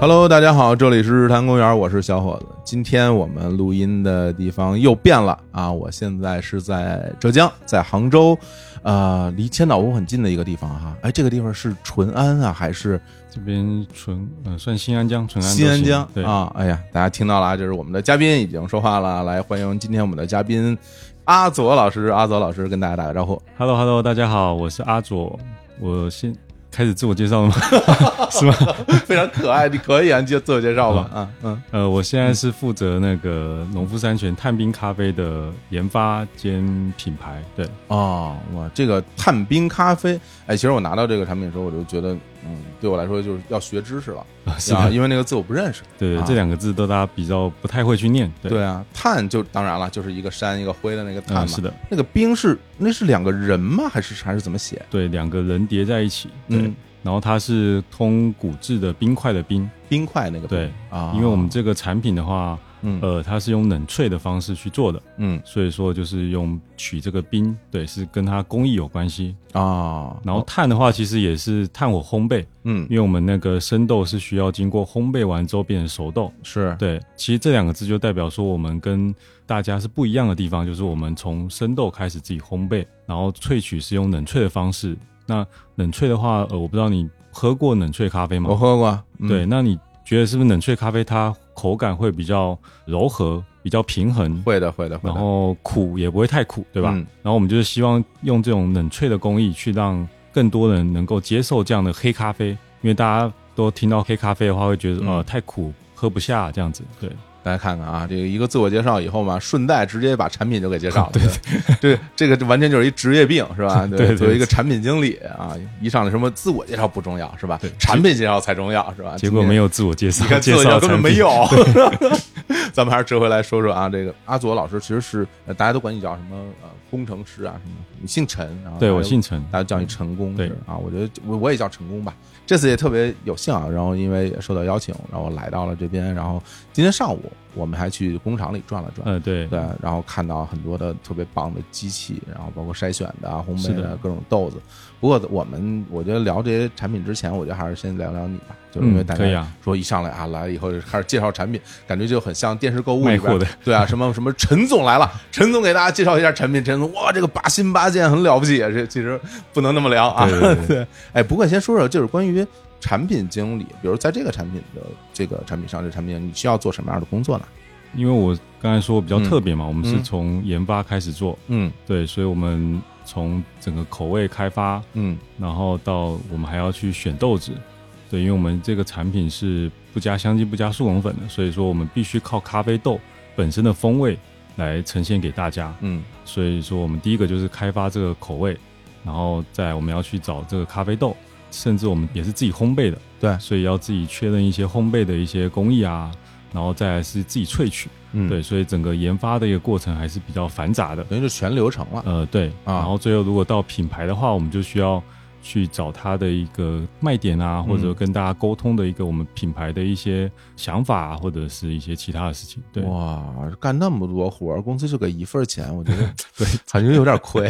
Hello，大家好，这里是日坛公园，我是小伙子。今天我们录音的地方又变了啊！我现在是在浙江，在杭州，呃，离千岛湖很近的一个地方哈。哎，这个地方是淳安啊，还是这边纯嗯、算新安江，纯安都新安行江对，啊？哎呀，大家听到了啊，就是我们的嘉宾已经说话了，来欢迎今天我们的嘉宾阿佐老师，阿佐老师跟大家打个招呼。 Hello Hello，大家好，我是阿左，我先开始自我介绍了吗？ 是吗？非常可爱，你可以啊，你就自我介绍吧。嗯嗯，呃，我现在是负责那个农夫山泉探冰咖啡的研发兼品牌，对， 哦，哇，这个探冰咖啡，哎，其实我拿到这个产品的时候，我就觉得，嗯，对我来说就是要学知识了是啊，的，因为那个字我不认识。对，啊这两个字都大家比较不太会去念，对，对啊，碳就当然了，就是一个山一个灰的那个碳嘛。嗯，是的，那个冰是那是两个人吗？还是还是怎么写？对，两个人叠在一起，对，嗯，然后它是通古制的冰块的冰，冰块那个冰对啊，因为我们这个产品的话，嗯呃，它是用冷萃的方式去做的。嗯所以说就是用取这个冰，对，是跟它工艺有关系。啊，然后碳的话，其实也是炭火烘焙，嗯因为我们那个生豆是需要经过烘焙完之后变成熟豆。是对，其实这两个字就代表说我们跟大家是不一样的地方，就是我们从生豆开始自己烘焙，然后萃取是用冷萃的方式。那冷萃的话，呃，我不知道你喝过冷萃咖啡吗？我喝过，嗯对，那你觉得是不是冷萃咖啡它口感会比较柔和，比较平衡？会的会的会然的，后苦也不会太苦，对吧？嗯然后我们就是希望用这种冷萃的工艺去让更多人能够接受这样的黑咖啡，因为大家都听到黑咖啡的话，会觉得、嗯呃太苦，喝不下这样子。对，大家看看啊，这个一个自我介绍以后嘛，顺带直接把产品就给介 绍了。对对，这这个完全就是一职业病，是吧？对对作为一个产品经理啊，一上来什么自我介绍不重要，是吧？对产品介绍才重要，是吧？结果没有自我介今天，绍，你看自介我介绍绍根本产品没有。 咱们还是折回来说说啊，这个阿佐老师其实是呃大家都管你叫什么呃工程师啊什么，你姓陈啊？对大家我姓陈，大家叫你成功，对啊，我觉得我我也叫成功吧。这次也特别有幸啊，然后因为也受到邀请，然后来到了这边，然后今天上午我们还去工厂里转了转，呃，对，对，然后看到很多的特别棒的机器，然后包括筛选的啊、烘是焙的的各种豆子。不过我们我觉得聊这些产品之前，我觉得还是先聊聊你吧，就是因为嗯大可以家啊说一上来啊来了以后就开始介绍产品，感觉就很像电视购物卖里边货的，对啊，什么什么陈总来了，陈总给大家介绍一下产品，陈总哇，这个八新八见很了不起，啊这其实不能那么聊啊。对 对对哎，不过先说说就是关于产品经理，比如在这个产品的这个产品上，这产品你需要做什么样的工作呢？因为我刚才说比较特别嘛，我们是嗯从研发开始做，嗯对，所以我们从整个口味开发，嗯然后到我们还要去选豆子，对，因为我们这个产品是不加香精、不加速溶粉的，所以说我们必须靠咖啡豆本身的风味来呈现给大家。嗯所以说，我们第一个就是开发这个口味，然后再我们要去找这个咖啡豆，甚至我们也是自己烘焙的，对所以要自己确认一些烘焙的一些工艺啊，然后再来是自己萃取，嗯，对，所以整个研发的一个过程还是比较繁杂的。等于就全流程了。呃，对，啊然后最后如果到品牌的话，我们就需要去找它的一个卖点啊，或嗯者跟大家沟通的一个我们品牌的一些想法、啊，或者是一些其他的事情。对，哇，干那么多活儿，公司就给一份儿钱，我觉得 对，感觉有点 亏。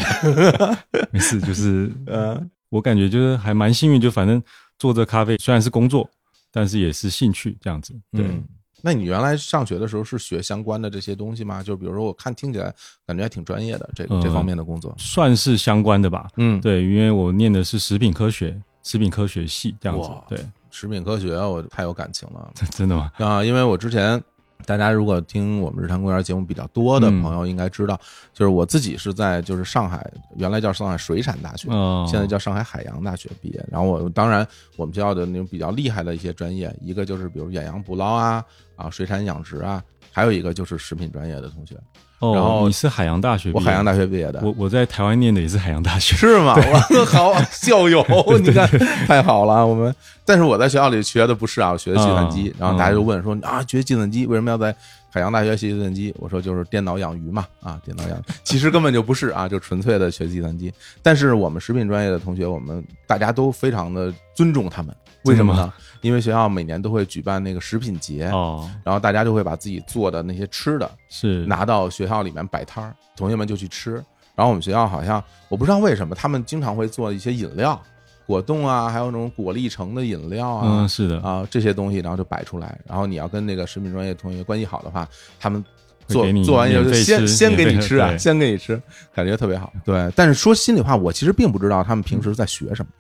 没事，就是嗯呃我感觉就是还蛮幸运，就反正做这咖啡虽然是工作，但是也是兴趣这样子。对，嗯，那你原来上学的时候是学相关的这些东西吗？就比如说，我看听起来感觉还挺专业的，这呃这方面的工作。算是相关的吧。嗯，，对，因为我念的是食品科学，食品科学系这样子哇。对，食品科学我太有感情了真的吗？啊，因为我之前。大家如果听我们日坛公园节目比较多的嗯朋友，应该知道，就是我自己是在就是上海，原来叫上海水产大学，嗯、现在叫上海海洋大学毕业。然后我当然我们学校的那种比较厉害的一些专业，一个就是比如远洋捕捞啊啊水产养殖啊，还有一个就是食品专业的同学。然哦后，你是海洋大学毕业我的，海洋大学毕业的，我我在台湾念的也是海洋大学。是吗？我好校 友，你看太好了啊。我们但是我在学校里学的不是啊，我学的计算机。啊然后大家就问说啊，学计算机为什么要在海洋大学学计算机？我说就是电脑养鱼嘛，啊，电脑养鱼，其实根本就不是啊，就纯粹的学计算机。但是我们食品专业的同学，我们大家都非常的尊重他们，为什么真的呢？因为学校每年都会举办那个食品节。哦，然后大家就会把自己做的那些吃的是拿到学校里面摆摊儿，同学们就去吃。然后我们学校好像我不知道为什么，他们经常会做一些饮料，果冻啊，还有那种果粒橙的饮料啊嗯，，是的，啊这些东西，然后就摆出来。然后你要跟那个食品专业同学关系好的话，他们会做给你做完以后就免费先吃先给免你费喝吃啊，对先给你吃，感觉特别好。对，但是说心里话，我其实并不知道他们平时在学什么。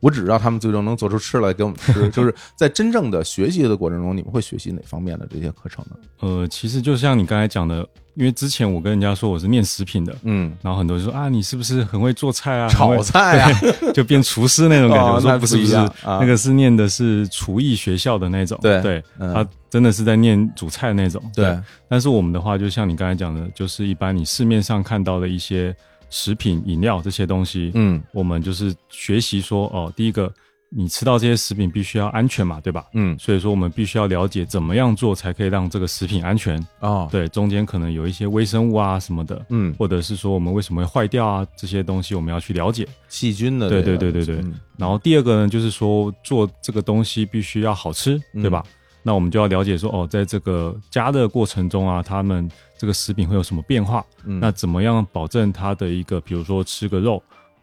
我只知道他们最终能做出吃来给我们 吃，就是在真正的学习的过程中，你们会学习哪方面的这些课程呢？呃，其实就像你刚才讲的，因为之前我跟人家说我是念食品的， 嗯，然后很多人说啊，你是不是很会做菜啊？很会炒菜啊，就变厨师那种感哦觉。那我说不是不一不是样啊，那个是念的是厨艺学校的那种，对对，嗯他真的是在念煮菜那种。对，但是我们的话，就像你刚才讲的，就是一般你市面上看到的一些食品、饮料这些东西，嗯我们就是学习说哦，第一个你吃到这些食品必须要安全嘛，对吧？嗯，所以说我们必须要了解怎么样做才可以让这个食品安全。哦，对，中间可能有一些微生物啊什么的。嗯，或者是说我们为什么会坏掉啊？这些东西我们要去了解。细菌的这对个，对对对对嗯然后第二个呢，就是说做这个东西必须要好吃，嗯对吧？那我们就要了解说，哦，在这个加热过程中啊，他们这个食品会有什么变化？嗯那怎么样保证它的一个，比如说吃个肉，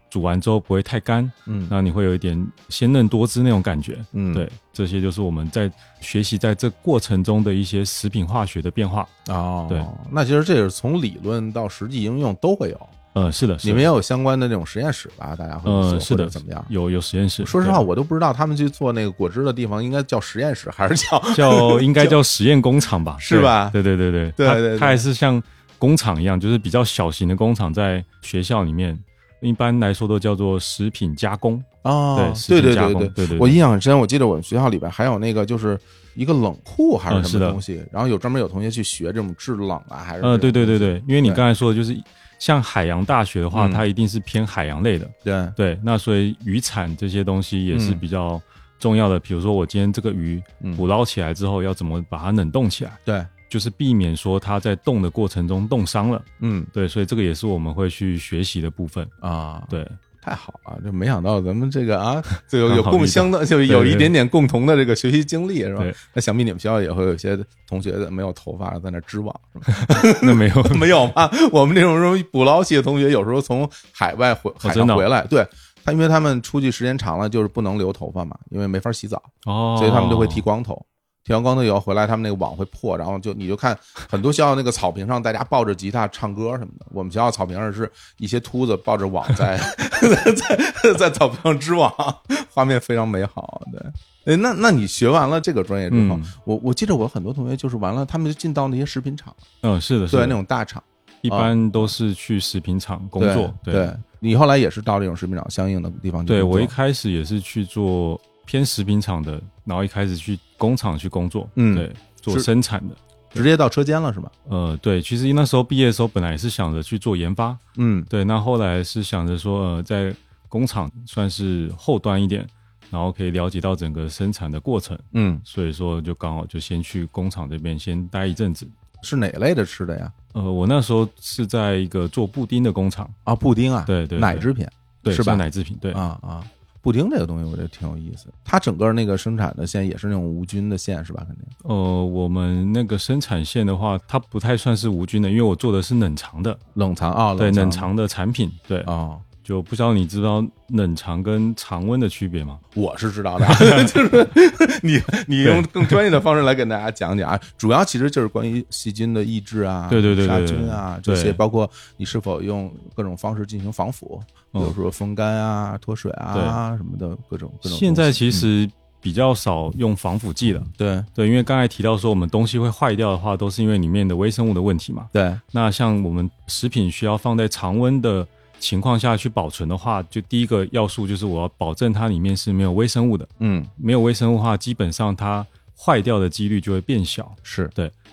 煮完之后不会太干，嗯那你会有一点鲜嫩多汁那种感觉。嗯，对，这些就是我们在学习在这过程中的一些食品化学的变化。哦，对，那其实这是从理论到实际应用都会有，呃，是的，是你的们也有相关的那种实验室吧？大家会做呃，是或的，者怎么样？有有实验室。说实话，对，我都不知道他们去做那个果汁的地方应该叫实验室还是叫 叫应该叫实验工厂吧？是对吧对对对对，对它对对它还是像工厂一样，就是比较小型的工厂，在学校里面一般来说都叫做食品加工。哦，对对对实际加对工对对对我印象很深，我记得我们学校里边还有那个就是一个冷库还是嗯什是么的东西，然后有专门有同学去学这种制冷啊，还是呃，对对对对对，因为你对刚才说的就是像海洋大学的话，嗯它一定是偏海洋类的，对，对，那所以渔产这些东西也是嗯比较重要的。比如说我今天这个鱼嗯捕捞起来之后，要怎么把它冷冻起来？对，就是避免说它在冻的过程中冻伤了，嗯对，所以这个也是我们会去学习的部分。啊，对，太好了，这没想到咱们这个 啊，就有刚有好共遇到相的，就有一对点点共同的这个学习经历，是吧对？那想必你们学校也会有一些同学没有头发在那织网， 是吧那没有，没有吗？我们这种容易捕捞系的同学，有时候从海外回海上真的哦回来，对他，因为他们出去时间长了，就是不能留头发嘛，因为没法洗澡，哦， 所以他们就会剃光头。剃完光头以后回来，他们那个网会破，然后就你就看很多学校那个草坪上，大家抱着吉他唱歌什么的。我们学校草坪上是一些秃子抱着网在在在在草坪上织网，画面非常美好。对，哎，那那你学完了这个专业之后，嗯我我记得我很多同学就是完了，他们就进到那些食品厂，嗯，是的，是对，那的，种啊大厂一般都是去食品厂工作。对，对，你后来也是到这种食品厂相应的地方去对工我作一开始也是去做偏食品厂的，然后一开始去工厂去工作，嗯对，做是生产的。直接到车间了是吧？呃，对，其实那时候毕业的时候，本来也是想着去做研发，嗯对，那后来是想着说，呃，在工厂算是后端一点，然后可以了解到整个生产的过程，嗯，所以说就刚好就先去工厂这边先待一阵子。是哪类的吃的呀？呃，我那时候是在一个做布丁的工厂，啊，布丁啊，对对对奶制品，对，是吧奶制品，对，啊啊，布丁这个东西我觉得挺有意思，它整个那个生产的线也是那种无菌的线是吧？肯定呃，我们那个生产线的话，它不太算是无菌的，因为我做的是冷藏的，冷藏啊，对，冷冷藏的产品，对，哦。就不知道你知道冷藏跟常温的区别吗？我是知道 的，就是你你用更专业的方式来给大家讲讲啊，主要其实就是关于细菌的抑制啊，对对对对杀对菌啊这对些，包括你是否用各种方式进行防腐，比如嗯说风干啊、脱水啊什么的各种各种东西。嗯现在其实比较少用防腐剂了，对对，因为刚才提到说我们东西会坏掉的话，都是因为里面的微生物的问题嘛。对，那像我们食品需要放在常温的情况下去保存的话，就第一个要素就是我要保证它里面是没有微生物的，嗯没有微生物的话，基本上它坏掉的几率就会变小。是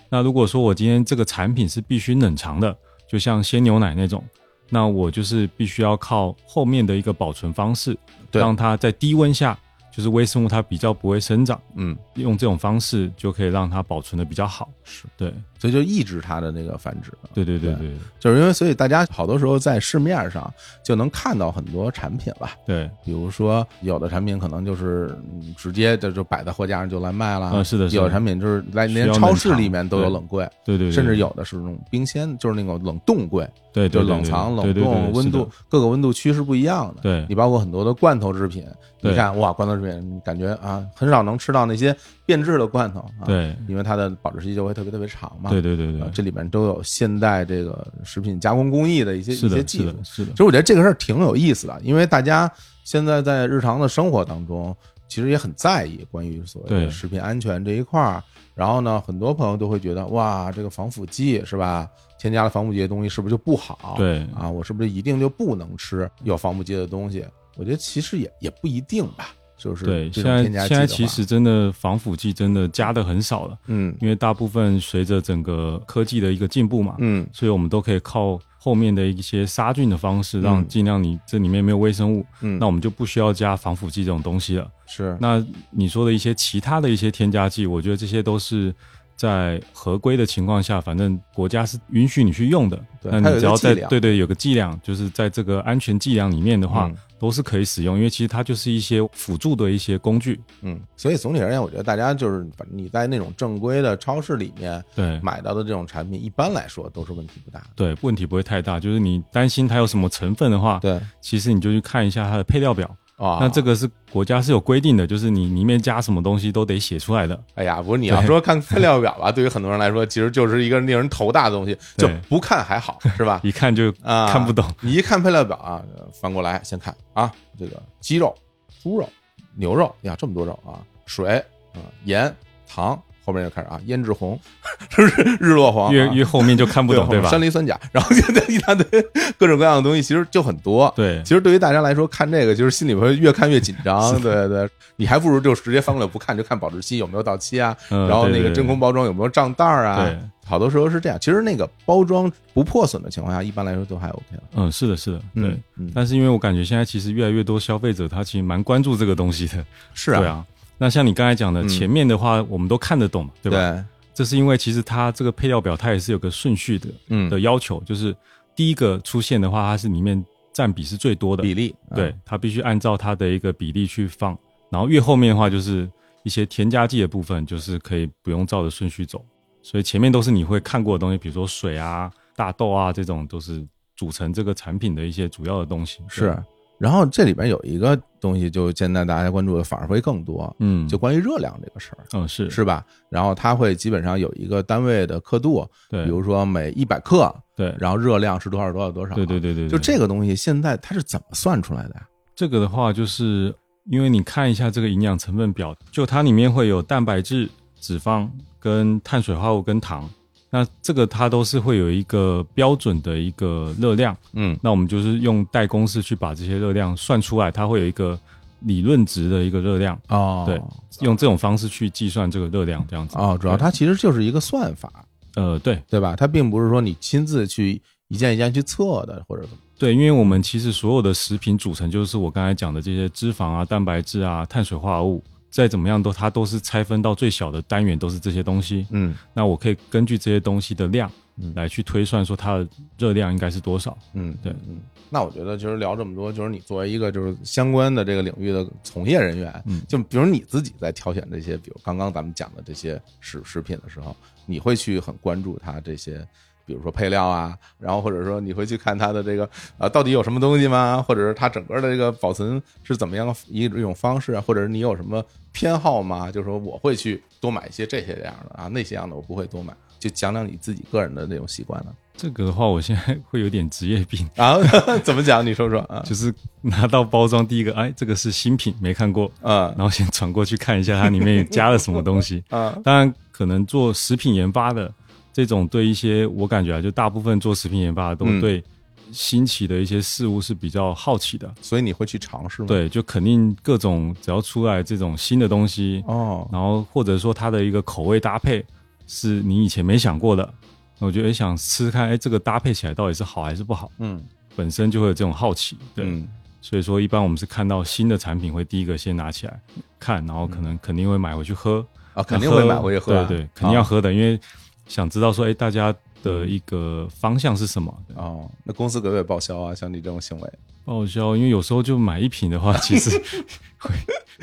那如果说我今天这个产品是必须冷藏的，就像鲜牛奶那种，那我就是必须要靠后面的一个保存方式，对让它在低温下，就是微生物它比较不会生长，嗯用这种方式就可以让它保存的比较好。是对，所以就抑制它的那个繁殖。对对对对对就是因为所以大家好多时候在市面上就能看到很多产品吧，对，比如说有的产品可能就是嗯直接就就摆在货架上就来卖了，啊是的是的有的产品就是来需连要超冷市藏里面都有对冷柜，对对，对甚至有的是那种冰鲜，就是那种冷冻柜，对就对对冷藏、对冷对对冻、温，是度的各个温度区是不一样的。对你包括很多的罐头制品，你对看哇，罐头制品你感觉啊，很少能吃到那些变质的罐头啊，，对因为它的保质期就会特别特别长嘛。对对对啊对，这里面都有现代这个食品加工工艺的一些是一些的，技是术的，。是的其，实我觉得这个事儿挺有意思的，因为大家现在在日常的生活当中，其实也很在意关于所谓的对食品安全这一块儿。然后呢，很多朋友都会觉得，哇，这个防腐剂是吧？添加了防腐剂的东西是不是就不好？对啊，我是不是一定就不能吃有防腐剂的东西？我觉得其实也也不一定吧，就是对，这现种在添加剂现在的其话实真的防腐剂真的加的很少了，嗯因为大部分随着整个科技的一个进步嘛，嗯所以我们都可以靠后面的一些杀菌的方式，让嗯尽量你这里面没有微生物，嗯，那我们就不需要加防腐剂这种东西了。是那你说的一些其他的一些添加剂，我觉得这些都是在合规的情况下，反正国家是允许你去用的。对那它有一你只个要剂在量对对有个剂量，就是在这个安全剂量里面的话，嗯都是可以使用，因为其实它就是一些辅助的一些工具。嗯，所以总体而言，我觉得大家就是反正你在那种正规的超市里面，对买到的这种产品，一般来说都是问题不大的。对，问题不会太大。就是你担心它有什么成分的话，对其实你就去看一下它的配料表。啊，那这个是国家是有规定的，就是你里面加什么东西都得写出来的。哎呀，不是你要说看配料表吧，对于很多人来说，其实就是一个令人头大的东西，就对？不看还好，是吧 一看就啊，看不懂。你一看配料表啊，翻过来先看啊，这个鸡肉、猪肉、牛肉呀，这么多肉啊，水啊、盐、糖，后面就开始啊，胭脂红， 是不是日落黄啊、越越后面就看 不懂，对对吧？山梨酸钾，然后现在一大堆各种各样的东西，其实就很多。对其实对于大家来说，看这个就是心里会越看越紧张。对对，你还不如就直接翻过来不看，就看保质期有没有到期啊，嗯然后那对个对真空包装有没有胀袋儿啊对。好多时候是这样，其实那个包装不破损的情况下，一般来说都还 OK 了。嗯，是的，是的，对。嗯嗯但是因为我感觉现在其实越来越多消费者他其实蛮关注这个东西的，是对，啊。那像你刚才讲的，嗯前面的话我们都看得懂，对吧？对，这是因为其实它这个配料表它也是有个顺序的嗯，的要求，就是第一个出现的话，它是里面占比是最多的，比例嗯对，它必须按照它的一个比例去放。然后越后面的话，就是一些添加剂的部分，就是可以不用照着顺序走。所以前面都是你会看过的东西，比如说水啊、大豆啊这种，都是组成这个产品的一些主要的东西。对是，。然后这里边有一个东西，就现在大家关注的反而会更多，嗯，就关于热量这个事儿。嗯是是吧？然后它会基本上有一个单位的刻度，对比如说每一百克，对然后热量是多少多少多少。对对对对，对就这个东西现在它是怎么算出来的呀？这个的话，就是因为你看一下这个营养成分表，就它里面会有蛋白质、脂肪跟碳水化合物跟糖。那这个它都是会有一个标准的一个热量，嗯那我们就是用代公式去把这些热量算出来，它会有一个理论值的一个热量，哦，对，用这种方式去计算这个热量，这样子。哦，主要它其实就是一个算法，呃，对对吧？它并不是说你亲自去一件一件去测的，或者怎么对，因为我们其实所有的食品组成就是我刚才讲的这些脂肪啊、蛋白质啊、碳水化合物，再怎么样都它都是拆分到最小的单元，都是这些东西。嗯那我可以根据这些东西的量嗯来去推算说它的热量应该是多少。嗯，对嗯。那我觉得，其实聊这么多，就是你作为一个就是相关的这个领域的从业人员，嗯就比如你自己在挑选这些，比如刚刚咱们讲的这些食食品的时候，你会去很关注它这些，比如说配料啊，然后或者说你会去看它的这个呃到底有什么东西吗？或者是它整个的这个保存是怎么样的一一种方式啊？或者是你有什么偏好吗？就是说我会去多买一些这些这样的啊，那些样的我不会多买。就讲讲你自己个人的那种习惯呢这个的话，我现在会有点职业病， 啊？ 怎么讲？你说说啊？就是拿到包装第一个，哎，这个是新品，没看过，嗯。然后先转过去看一下它里面加了什么东西啊当然，可能做食品研发的这种，对一些我感觉啊，就大部分做食品研发的都嗯对新奇的一些事物是比较好奇的。所以你会去尝试吗？，对，就肯定各种只要出来这种新的东西，哦，然后或者说它的一个口味搭配是你以前没想过的，那我觉得想吃吃看，哎，这个搭配起来到底是好还是不好，嗯，本身就会有这种好奇。对，嗯所以说一般我们是看到新的产品会第一个先拿起来看，然后可能肯定会买回去喝。嗯啊，肯定会买回去喝啊，对对，肯定要啊喝的，因为想知道说，哎，大家的一个方向是什么？对哦，那公司可不可以报销啊？像你这种行为，报销，因为有时候就买一瓶 的话，其实会，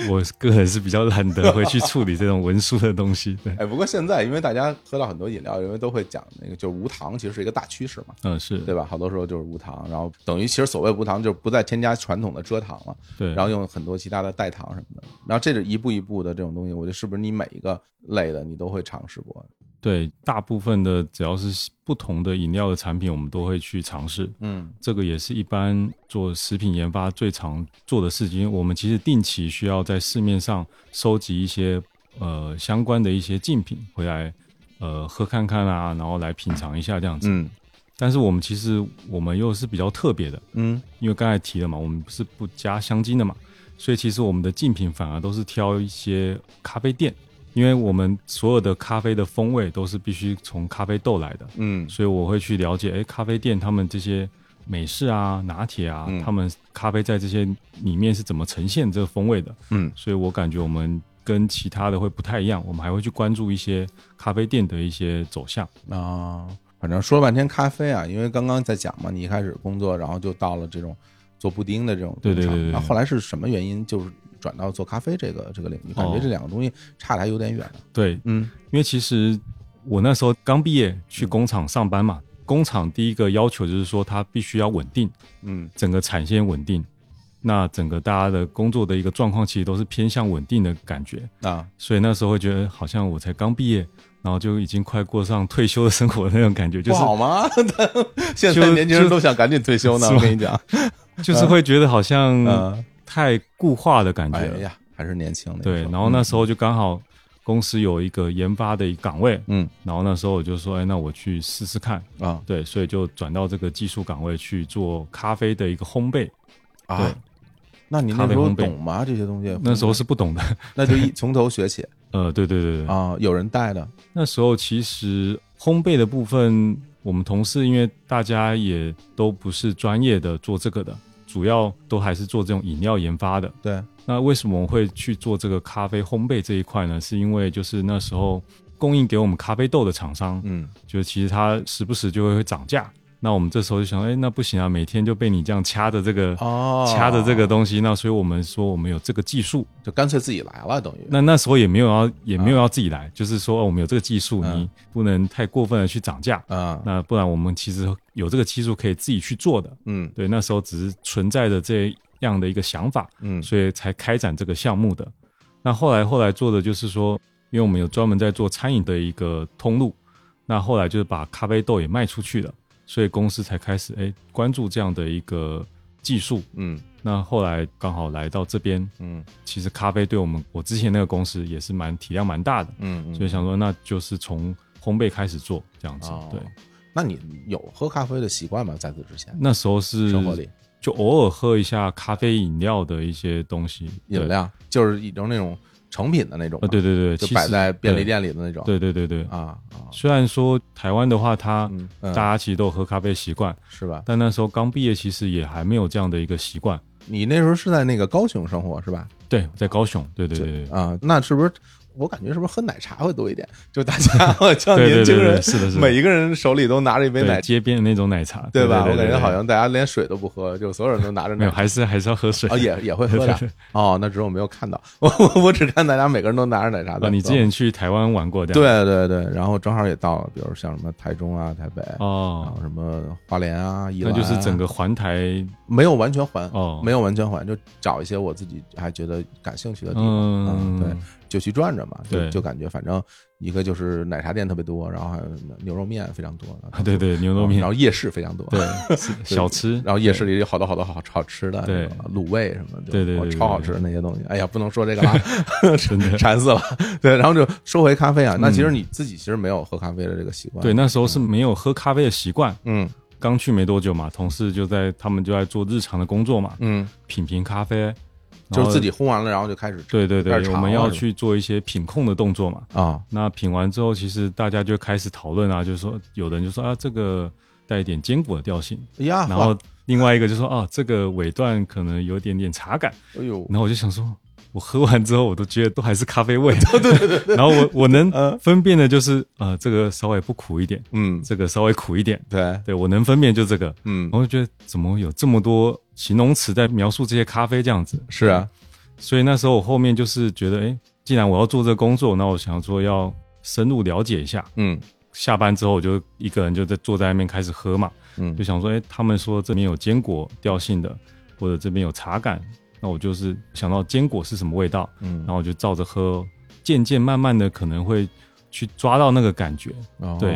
我个人是比较懒得回去处理这种文书的东西。 对，哎，不过现在因为大家喝到很多饮料，因为都会讲那个就是无糖，其实是一个大趋势嘛，嗯，是对吧？好多时候就是无糖，然后等于其实所谓无糖就是不再添加传统的蔗糖了，对，然后用很多其他的代糖什么的，然后这是一步一步的这种东西，我觉得是不是你每一个类的你都会尝试过？对大部分的只要是不同的饮料的产品，我们都会去尝试。嗯这个也是一般做食品研发最常做的事情。因为我们其实定期需要在市面上收集一些呃相关的一些竞品回来，呃喝看看啊，然后来品尝一下这样子。嗯但是我们其实我们又是比较特别的，嗯，因为刚才提了嘛，我们是不加香精的嘛，所以其实我们的竞品反而都是挑一些咖啡店，因为我们所有的咖啡的风味都是必须从咖啡豆来的，嗯所以我会去了解，哎，咖啡店他们这些美式啊、拿铁啊，嗯他们咖啡在这些里面是怎么呈现这个风味的，嗯所以我感觉我们跟其他的会不太一样，我们还会去关注一些咖啡店的一些走向。啊，反正说了半天咖啡啊，因为刚刚在讲嘛，你一开始工作，然后就到了这种做布丁的这种对对工厂对对对然后后来是什么原因就是转到做咖啡这个这个领域？感觉哦这两个东西差的还有点远。对，嗯因为其实我那时候刚毕业去工厂上班嘛，工厂第一个要求就是说它必须要稳定，嗯整个产线稳定，那整个大家的工作的一个状况其实都是偏向稳定的感觉，啊，所以那时候会觉得好像我才刚毕业，然后就已经快过上退休的生活的那种感觉，就不好是吗？ 现在就年轻人就都想赶紧退休呢，是我吗跟你讲，就是会觉得好像嗯，太固化的感觉哎了。呀，还是年轻的嗯对，然后那时候就刚好公司有一个研发的一个岗位，嗯然后那时候我就说，哎，那我去试试看。啊对，所以就转到这个技术岗位去做咖啡的一个烘焙。对啊，那你那咖时啡候烘焙懂吗？这些东西那时候是不懂的，那就一从头学起呃，对对 对对，啊，有人带的，那时候其实烘焙的部分，我们同事因为大家也都不是专业的做这个的，主要都还是做这种饮料研发的。对，那为什么我会去做这个咖啡烘焙这一块呢？是因为就是那时候供应给我们咖啡豆的厂商，嗯就其实它时不时就会会涨价。那我们这时候就想，哎，那不行啊，每天就被你这样掐着这个哦，掐着这个东西，那所以我们说我们有这个技术，就干脆自己来了，等于那那时候也没有要也没有要自己来，就是说、哦我们有这个技术，嗯你不能太过分的去涨价，啊，那不然我们其实有这个技术可以自己去做的。嗯对，那时候只是存在着这样的一个想法，嗯所以才开展这个项目的。那后来后来做的就是说，因为我们有专门在做餐饮的一个通路，那后来就是把咖啡豆也卖出去了，所以公司才开始哎关注这样的一个技术。嗯那后来刚好来到这边，嗯其实咖啡对我们我之前那个公司也是蛮体量蛮大的，嗯，所以想说那就是从烘焙开始做这样子。哦对，那你有喝咖啡的习惯吗？在此之前，那时候是生活里就偶尔喝一下咖啡饮料的一些东西，饮对料就是一种那种成品的那种嘛，啊，对对对，就其摆实在便利对店里的那种，对对对对，啊啊，虽然说台湾的话，它嗯大嗯，家其实都有喝咖啡习惯，是吧？但那时候刚毕业，其实也还没有这样的一个习惯。你那时候是在那个高雄生活是吧？对，在高雄，对对对对对啊，那是不是我感觉是不是喝奶茶会多一点？就大家好像对年对轻对，人是的是的，每一个人手里都拿着一杯对奶茶，街边的那种奶茶，对吧？对我感觉好对像大家连水都不喝，就所有人都拿着奶没有，茶。还是还是要喝水哦，。也也会喝 对对的对哦，那只是我没有看到，我我我只看大家每个人都拿着奶茶在啊，喝。你之前去台湾玩过这样？对对对，然后正好也到了，比如像什么台中啊、台北，然哦后，什么花莲啊、宜那兰啊，就是整个环台没有完全还，哦，没有完全还，就找一些我自己还觉得感兴趣的地方，嗯，对，就去转转嘛，就对就感觉反正一个就是奶茶店特别多，然后还有牛肉面非常多，啊 对对，牛肉面哦然，后夜市非常多， 对，是小吃，然后夜市里有好多好多好好吃的，对什么卤味什么的，对对对哇对对超好吃的那些东西。哎呀，不能说 这个了，真的。嗯馋死了。对，然后就说回咖啡啊，那其实你自己其实没有喝咖啡的这个习惯，对，，那时候是没有喝咖啡的习惯，嗯刚去没多久嘛，同事就在他们就在做日常的工作嘛，嗯，品评咖啡，然后就是自己烘完了，然后就开始吃对对开对始，尝我们了要是吧去做一些品控的动作嘛。啊，那品完之后，其实大家就开始讨论啊，就是说有的人就说啊，这个带一点坚果的调性，哎呀，然哇啊后另外一个就说啊，这个尾段可能有点点茶感。哎呦，然后我就想说，我喝完之后，我都觉得都还是咖啡味。 对对对然后我我能分辨的就是，呃，这个稍微不苦一点，嗯，这个稍微苦一点。对，对我能分辨就这个，嗯然，后就觉得怎么有这么多形容词在描述这些咖啡这样子？是啊，所以那时候我后面就是觉得，哎，既然我要做这个工作，那我想说要深入了解一下。嗯下班之后，我就一个人就在坐在那边开始喝嘛，嗯就想说，哎，他们说这边有坚果调性的，或者这边有茶感，那我就是想到坚果是什么味道，然嗯，后我就照着喝，渐渐慢慢的可能会去抓到那个感觉，哦对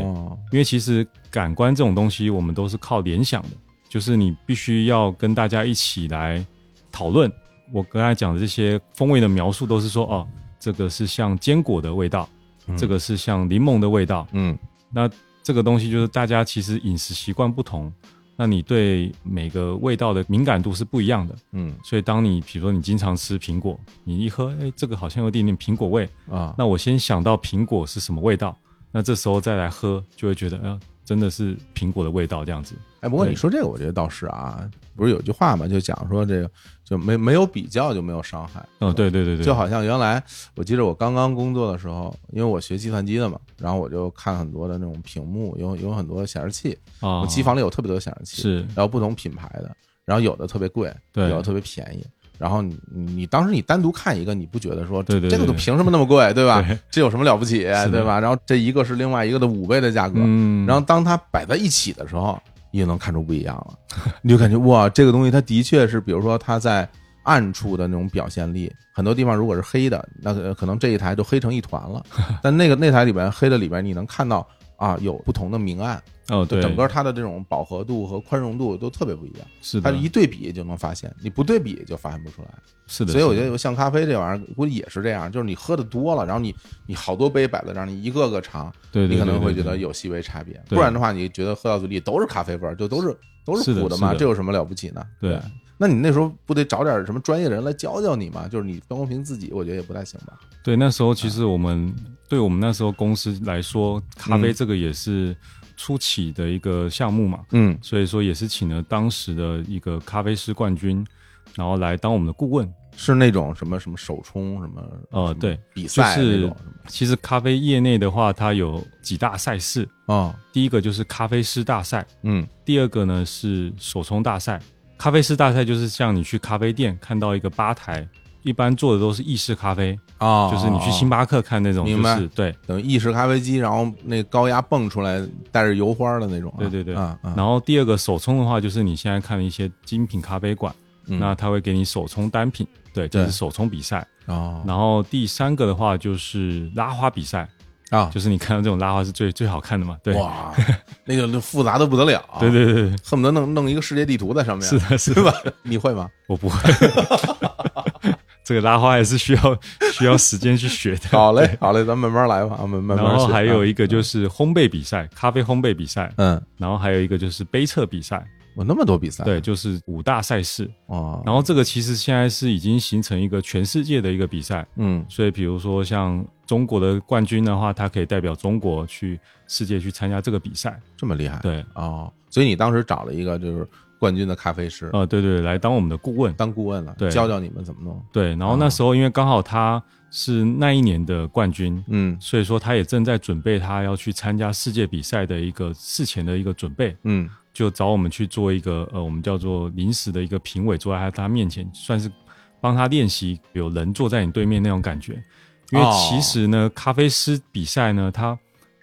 因为其实感官这种东西，我们都是靠联想的，就是你必须要跟大家一起来讨论。我刚才讲的这些风味的描述，都是说哦，这个是像坚果的味道，嗯这个是像柠檬的味道。嗯那这个东西就是大家其实饮食习惯不同，那你对每个味道的敏感度是不一样的。嗯所以，当你比如说你经常吃苹果，你一喝，哎，这个好像有点点苹果味，啊，那我先想到苹果是什么味道，那这时候再来喝，就会觉得，哎、呀，真的是苹果的味道这样子。哎，不过对你说这个，我觉得倒是啊，不是有句话嘛，就讲说这个就没没有比较就没有伤害，哦，对对对对，就好像原来我记得我刚刚工作的时候，因为我学计算机的嘛，然后我就看很多的那种屏幕，有有很多显示器，啊，我机房里有特别多显示器，是然后不同品牌的，然后有的特别贵，对有的特别便宜。然后你你你当时你单独看一个，你不觉得说对对这对个都对凭什么那么贵，对吧？对这有什么了不起，的对吧？然后这一个是另外一个的五倍的价格，嗯，然后当它摆在一起的时候，你就能看出不一样了， 你就感觉哇，这个东西它的确是，比如说它在暗处的那种表现力，很多地方如果是黑的，那个可能这一台就黑成一团 了，但那个那台里边黑的里边，你能看到啊有不同的明暗，就哦对，整个它的这种饱和度和宽容度都特别不一样，是它的，一对比就能发现，你不对比就发现不出来。是的，所以我是觉的得像咖啡这玩意儿，估计也是这样，就是你喝的多了，然后你你好多杯摆在这儿，你一个个尝，对对对你可能会觉对得对有细微差别，对不然的话，你觉得喝到嘴里都是咖啡味儿，就都是都是的苦嘛，是的这有什么了不起呢？对那你那时候不得找点什么专业人来教教你吗？就是你光凭自己，我觉得也不太行吧。对，那时候啊其实我们、对我们那时候公司来说，咖啡嗯这个也是初期的一个项目嘛，嗯所以说也是请了当时的一个咖啡师冠军，然后来当我们的顾问。是那种什么什么手冲什么呃什么对比赛就那是种什么其实咖啡业内的话，它有几大赛事，哦第一个就是咖啡师大赛，嗯第二个呢是手冲大赛。咖啡师大赛就是像你去咖啡店看到一个吧台，一般做的都是意式咖啡，啊就是你去星巴巴克看那种，明就白是对，等于意式咖啡机，然后那高压泵出来带着油花的那种啊，对对对啊啊然后第二个手冲的话，就是你现在看的一些精品咖啡馆，嗯那它会给你手冲单品，对，这对是手冲比赛。哦然后第三个的话就是拉花比赛，啊就是你看到这种拉花是最最好看的嘛，对，哇，那个那复杂的不得了，啊对对对对，恨不得弄弄一个世界地图在上面，是的，是对的，吧？ 你会吗？我不会， 这个拉花还是需要 需要时间去学的。 好嘞，好嘞，咱慢慢来吧，我们哦慢慢学。然后还有啊一个就是烘焙比赛，咖啡烘焙比赛，嗯，然后还有一个就是杯测比赛，我那么多比赛，啊对，就是五大赛事。哦，然后这个其实现在是已经形成一个全世界的一个比赛，嗯所以比如说像中国的冠军的话，他可以代表中国去世界去参加这个比赛。这么厉害，对，哦，所以你当时找了一个就是冠军的咖啡师呃，对对，来当我们的顾问。当顾问了，对教教你们怎么弄，对，然后那时候因为刚好他是那一年的冠军，嗯所以说他也正在准备他要去参加世界比赛的一个事前的一个准备，嗯就找我们去做一个呃，我们叫做临时的一个评委，坐在他他面前，算是帮他练习有人坐在你对面那种感觉。因为哦其实呢，咖啡师比赛呢，它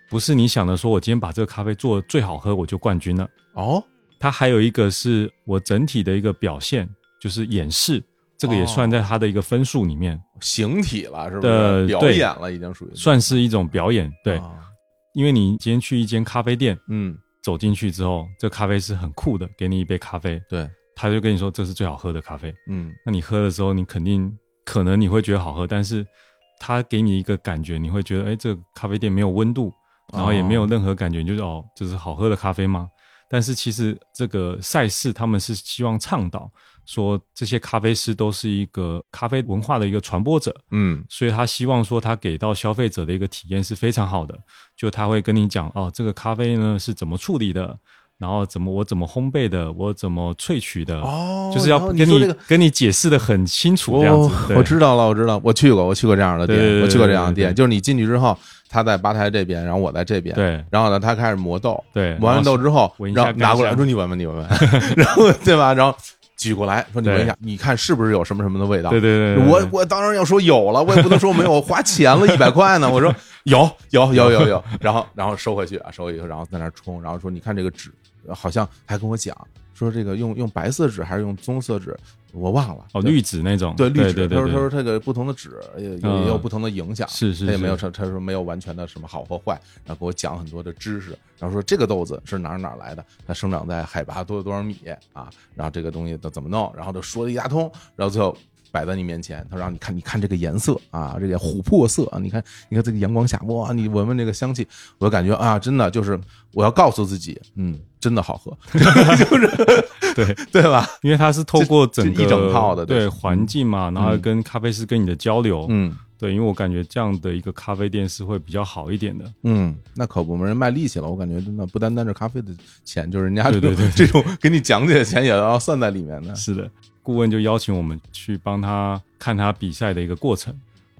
不是你想的说我今天把这个咖啡做得最好喝我就冠军了，哦，它还有一个是我整体的一个表现，就是演示，这个也哦算在它的一个分数里面，形体了是不是？的哦表对演了已经属于算是一种表演。对，哦因为你今天去一间咖啡店，嗯走进去之后，这咖啡是很酷的，给你一杯咖啡，对他就跟你说这是最好喝的咖啡。嗯那你喝的时候，你肯定可能你会觉得好喝，但是它给你一个感觉，你会觉得哎，这个咖啡店没有温度，然后也没有任何感觉，你就是哦，这是好喝的咖啡吗？但是其实这个赛事他们是希望倡导说，这些咖啡师都是一个咖啡文化的一个传播者，嗯所以他希望说他给到消费者的一个体验是非常好的，就他会跟你讲哦，这个咖啡呢是怎么处理的，然后怎么我怎么烘焙的，我怎么萃取的，哦就是要跟你你说这个跟你解释的很清楚这样我子。对哦我知道了，我知道，我去过，我去过这样的店，对对对我去过这样的店，对对对就是你进去之后，他在吧台这边，然后我在这边，对然后呢，他开始磨豆，对，磨完然后豆之后闻，一下然后拿过来干香说你闻闻，你闻闻， 然后对吧？然后举过来说你闻一下，你看是不是有什么什么的味道？对对对，对我我当然要说有了，我也不能说没有，我花钱 了一百块呢。我说有有有有有，然后然后收回去啊，收回去，然后在那儿冲，然后说你看这个纸，好像还跟我讲说这个用用白色纸还是用棕色纸，我忘了。哦对绿纸那种，对绿纸，对他说对他说对，这个不同的纸也也嗯也有不同的影响，是是他也没有是他他说没有完全的什么好或坏，然后给我讲很多的知识，然后说这个豆子是哪儿哪儿来的，它生长在海拔多多少米啊，然后这个东西它怎么弄，然后就说了一大通，然后最后。摆在你面前，他说让你看，你看这个颜色啊，这个琥珀色，你看，你看这个阳光下，哇，你闻闻这个香气，我感觉啊，真的就是我要告诉自己，嗯，真的好喝， 就是对 对吧？因为它是透过整这个一整套的对对环境嘛，然后跟咖啡师跟你的交流，嗯对，因为我感觉这样的一个咖啡店是会比较好一点的。嗯，那可不嘛，人卖力气了。我感觉真的不单单是咖啡的钱，就是人家这对种对这对种给你讲解的钱也要算在里面的。是的，顾问就邀请我们去帮他看他比赛的一个过程。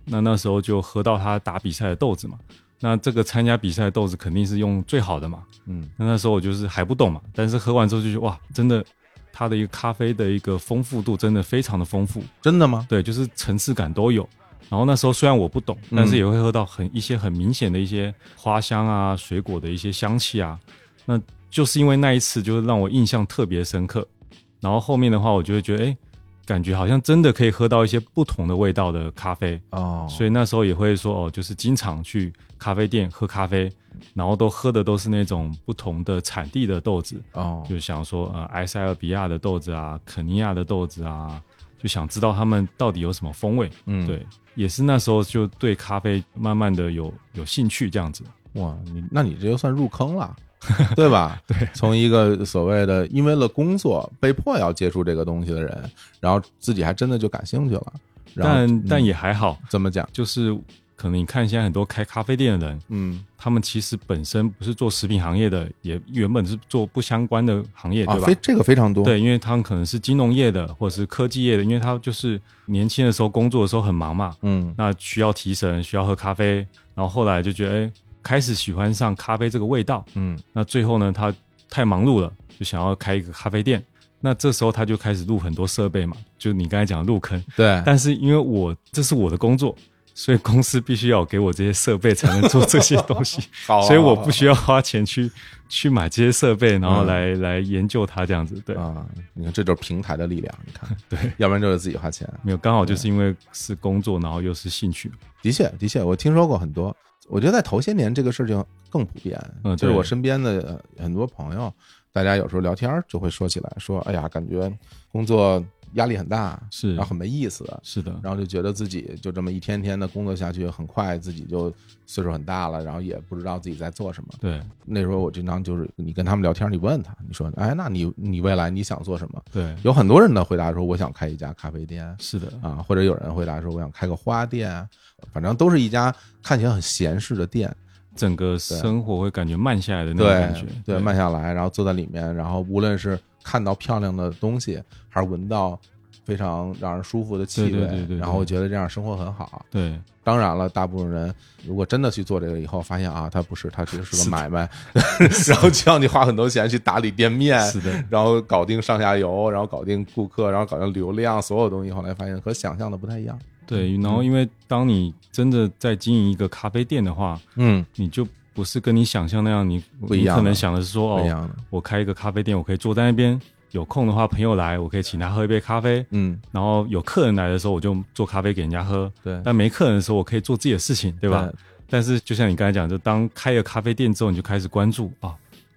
那那时候就喝到他打比赛的豆子嘛，那这个参加比赛的豆子肯定是用最好的嘛。嗯那那时候我就是还不懂嘛，但是喝完之后就觉得哇，真的，它的一个咖啡的一个丰富度真的非常的丰富，真的吗？对，就是层次感都有。然后那时候虽然我不懂，嗯但是也会喝到很一些很明显的一些花香啊、水果的一些香气啊。那就是因为那一次，就是让我印象特别深刻。然后后面的话，我就会觉得，哎，感觉好像真的可以喝到一些不同的味道的咖啡。哦所以那时候也会说，哦，就是经常去咖啡店喝咖啡，然后都喝的都是那种不同的产地的豆子。哦就想说呃埃塞俄比亚的豆子啊，肯尼亚的豆子啊，就想知道他们到底有什么风味。嗯，对，也是那时候就对咖啡慢慢的有有兴趣这样子。哇，你那你这就算入坑 了，对吧？对，从一个所谓的因为了工作被迫要接触这个东西的人，然后自己还真的就感兴趣了，然后但、嗯但也还好，怎么讲？就是可能你看现在很多开咖啡店的人，嗯，他们其实本身不是做食品行业的，也原本是做不相关的行业，啊对，吧非？这个非常多，，对，因为他们可能是金融业的，或者是科技业的，因为他就是年轻的时候工作的时候很忙嘛，嗯那需要提神，需要喝咖啡，然后后来就觉得，哎，开始喜欢上咖啡这个味道。嗯那最后呢，他太忙碌了，就想要开一个咖啡店。那这时候他就开始入很多设备嘛，就你刚才讲的入坑。对，但是因为我这是我的工作，所以公司必须要给我这些设备才能做这些 东西，好啊所以我不需要花钱去去买这些设备，然后嗯来、来研究它这样子。对，啊，你看这就是平台的力量，你看， 对，要不然就是自己花钱，没有，刚好就是因为是工作，然后又是兴趣。的确，的确，我听说过很多。我觉得在头些年这个事情更普遍，嗯就是我对身边的呃很多朋友，大家有时候聊天儿就会说起来，说哎呀，感觉工作压力很大，是然后很没意思，是的，然后就觉得自己就这么一天天的工作下去，很快自己就岁数很大了，然后也不知道自己在做什么。对那时候我经常就是你跟他们聊天儿，你问他，你说哎，那你你未来你想做什么？对，有很多人的回答说我想开一家咖啡店，是的，啊，或者有人回答说我想开个花店啊，反正都是一家看起来很闲适的店，整个生活会感觉慢下来的那种啊对感觉。对，慢下来，然后坐在里面，然后无论是看到漂亮的东西，还是闻到非常让人舒服的气味，对对对对对然后我觉得这样生活很好。对当然了，大部分人如果真的去做这个以后，发现啊，它不是，它只是是个的买卖， 然后就让你花很多钱去打理店面，是 的，然后搞定上下游，然后搞定顾客，然后搞定流量，所有东西，后来发现和想象的不太一样。嗯对。然后，因为当你真的在经营一个咖啡店的话，嗯，你就不是跟你想象那样，你不一样你可了能想的是说，不一哦，样的。我开一个咖啡店，我可以坐在那边，有空的话朋友来，我可以请他喝一杯咖啡。嗯，然后有客人来的时候，我就做咖啡给人家喝；对但没客人的时候，我可以做自己的事情，对吧？但是就像你刚才讲，就当开了咖啡店之后，你就开始关注啊，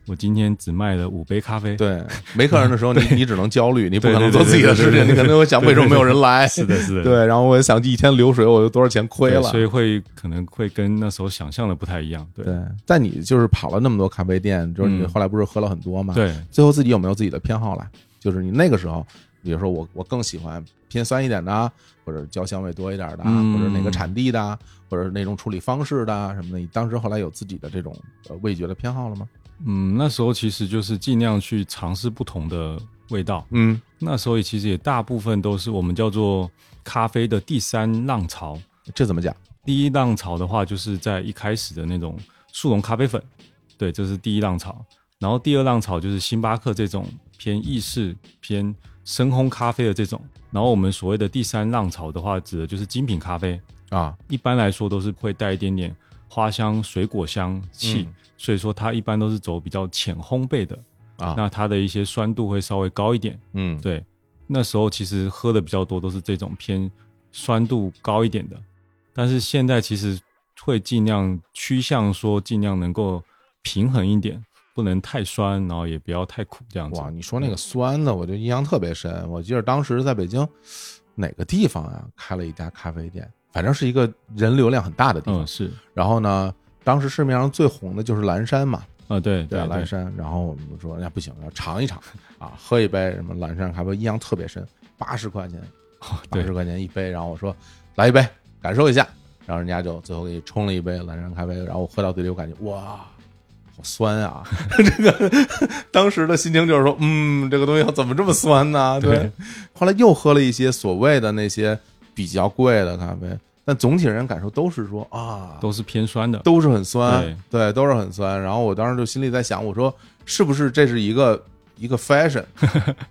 我今天只卖了五杯咖啡，对，没客人的时候， 你你只能焦虑，你不可能对对做自己的事对对情，对你可能会想为什么没有人来？ 是的，是的，对，然后我也想一天流水，我有多少钱亏对了所？以会可能会跟那时候想象的不太一样。对对，但你就是跑了那么多咖啡店，就是你嗯后来不是喝了很多吗？，对最后自己有没有自己的偏好了？就是你那个时候比如说我我更喜欢偏酸一点的啊，或者焦香味多一点的啊，嗯或者哪个产地的啊，或者是那种处理方式的啊什么的。你当时后来有自己的这种呃味觉的偏好了吗？嗯，那时候其实就是尽量去尝试不同的味道。嗯那时候也其实也大部分都是我们叫做咖啡的第三浪潮。这怎么讲？第一浪潮的话，就是在一开始的那种速溶咖啡粉，对，这是第一浪潮。然后第二浪潮就是星巴克这种偏意式、偏深烘咖啡的这种。然后我们所谓的第三浪潮的话，指的就是精品咖啡，啊，一般来说都是会带一点点花香、水果香气，嗯所以说它一般都是走比较浅烘焙的啊那它的一些酸度会稍微高一点。嗯，对，那时候其实喝的比较多都是这种偏酸度高一点的，但是现在其实会尽量趋向说尽量能够平衡一点，不能太酸，然后也不要太苦这样子。嗯哇，你说那个酸的，我就印象特别深。我记得当时在北京哪个地方啊，开了一家咖啡店，反正是一个人流量很大的地方。嗯，是然后呢，当时市面上最红的就是蓝山嘛，啊，对对对蓝对，山。然后我们就说，那哎不行，要尝一尝啊，喝一杯什么蓝山咖啡，印象特别深，八十块钱，八对十块钱一杯。然后我说来一杯，感受一下。然后人家就最后给你冲了一杯蓝山咖啡，然后我喝到嘴里，我感觉哇，好酸啊！ 这个当时的心情就是说，嗯，这个东西怎么这么酸呢？对。对后来又喝了一些所谓的那些比较贵的咖啡，但总体人感受都是说啊，都是偏酸的。都是很酸，对，都是很酸。然后我当时就心里在想，我说是不是这是一个一个 fashion，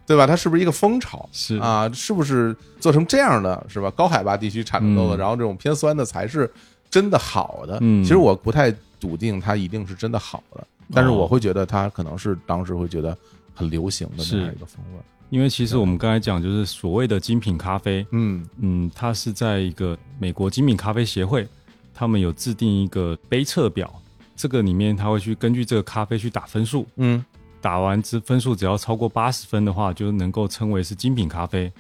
对 吧？它是不是一个风潮？是啊，是不是做成这样的，是吧？高海拔地区产的豆子，嗯然后这种偏酸的才是真的好的。嗯其实我不太笃定它一定是真的好的，但是哦我会觉得它可能是当时会觉得很流行的那样一个风味。因为其实我们刚才讲就是所谓的精品咖啡，嗯嗯，它是在一个美国精品咖啡协会，他们有制定一个杯测表，这个里面他会去根据这个咖啡去打分数，嗯打完之分数只要超过八十分的话，就能够称为是精品咖啡。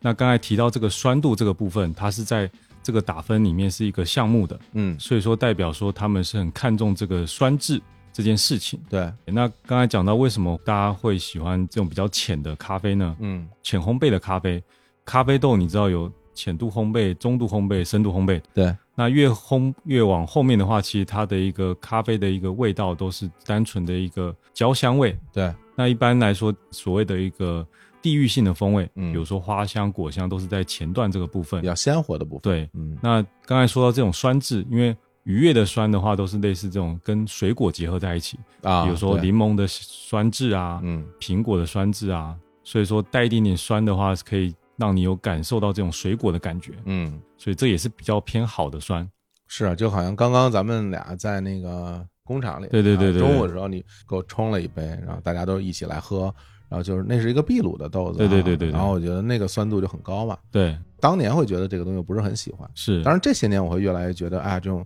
那刚才提到这个酸度这个部分，它是在这个打分里面是一个项目的，嗯，所以说代表说他们是很看重这个酸质这件事情。对，那刚才讲到为什么大家会喜欢这种比较浅的咖啡呢？嗯浅烘焙的咖啡，咖啡豆你知道有浅度烘焙、中度烘焙、深度烘焙。对，那越烘越往后面的话，其实它的一个咖啡的一个味道都是单纯的一个焦香味。对，那一般来说，所谓的一个地域性的风味，嗯比如说花香、果香，都是在前段这个部分比。较鲜活的部分。对，嗯那刚才说到这种酸质，因为愉悦的酸的话，都是类似这种跟水果结合在一起，啊，比如说对柠檬的酸质啊，嗯苹果的酸质啊，所以说带一点点酸的话，是可以让你有感受到这种水果的感觉，嗯。所以这也是比较偏好的酸。是啊，就好像刚刚咱们俩在那个工厂里，对对对啊对对中午的时候你给我冲了一杯，然后大家都一起来喝，然后就是那是一个秘鲁的豆子啊、对对对对对然后我觉得那个酸度就很高嘛，对，当年会觉得这个东西不是很喜欢，是当，然这些年我会越来越觉得啊、这种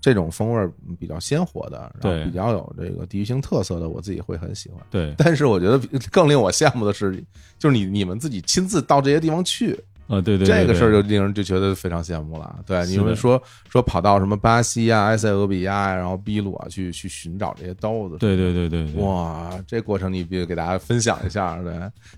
这种风味儿比较鲜活的，然后对比较有这个地域性特色的，我自己会很喜欢。 对，但是我觉得更令我羡慕的是，就是你你们自己亲自到这些地方去，呃，对对，这个对事儿就令人就觉得非常羡慕了。对，你是们的说说跑到什么巴西啊、埃塞俄比亚呀、然后秘鲁啊去去寻找这些豆子，对对对对，对，哇，这过程你必须给大家分享一下。对，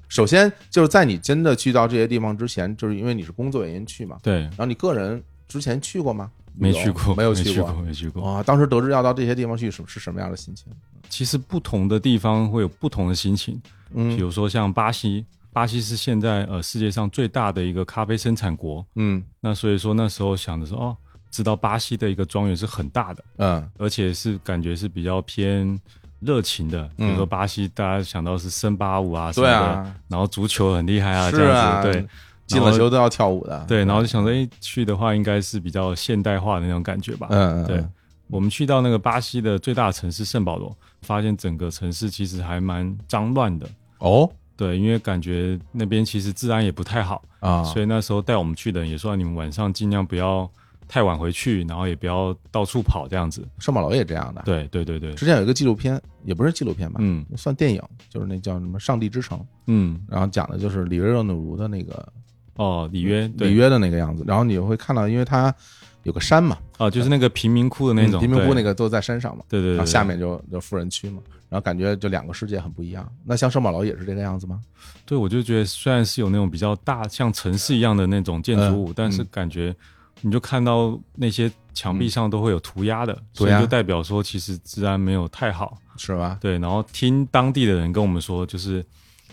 首先就是在你真的去到这些地方之前，就是因为你是工作原因去嘛，对，然后你个人之前去过吗？没旅游去过，没有去去哦过，。没去过。哇，当时得知要到这些地方去，什是什么样的心情？其实不同的地方会有不同的心情，比嗯如说像巴西，巴西是现在呃世界上最大的一个咖啡生产国，嗯那所以说那时候想的是哦，知道巴西的一个庄园是很大的。嗯而且是感觉是比较偏热情的，比如说巴西，大家想到是森巴舞啊，嗯对啊什么的，然后足球很厉害啊，是这啊样子，对进了球都要跳舞的。嗯对，然后就想说，哎，去的话应该是比较现代化的那种感觉吧。嗯，嗯嗯对，我们去到那个巴西的最大的城市圣保罗，发现整个城市其实还蛮脏乱的，哦对，因为感觉那边其实治安也不太好，啊，所以那时候带我们去的人也说，你们晚上尽量不要太晚回去，然后也不要到处跑这样子。圣保罗也这样的。对对对对，之前有一个纪录片，也不是纪录片吧，嗯算电影，就是那叫什么《上帝之城》，嗯，然后讲的就是里约热内卢的那个哦，里约，对嗯里约的那个样子。然后你会看到，因为它有个山嘛，啊，就是那个贫民窟的那种嗯贫民窟那个，个都在山上嘛，对对对然后对下面就就富人区嘛，然后感觉就两个世界很不一样。那像圣保罗也是这个样子吗？对，我就觉得虽然是有那种比较大像城市一样的那种建筑嗯物，但是感觉你就看到那些墙嗯壁上都会有涂鸦的，所涂以鸦就代表说其实治安没有太好。是吧？对，然后听当地的人跟我们说，就是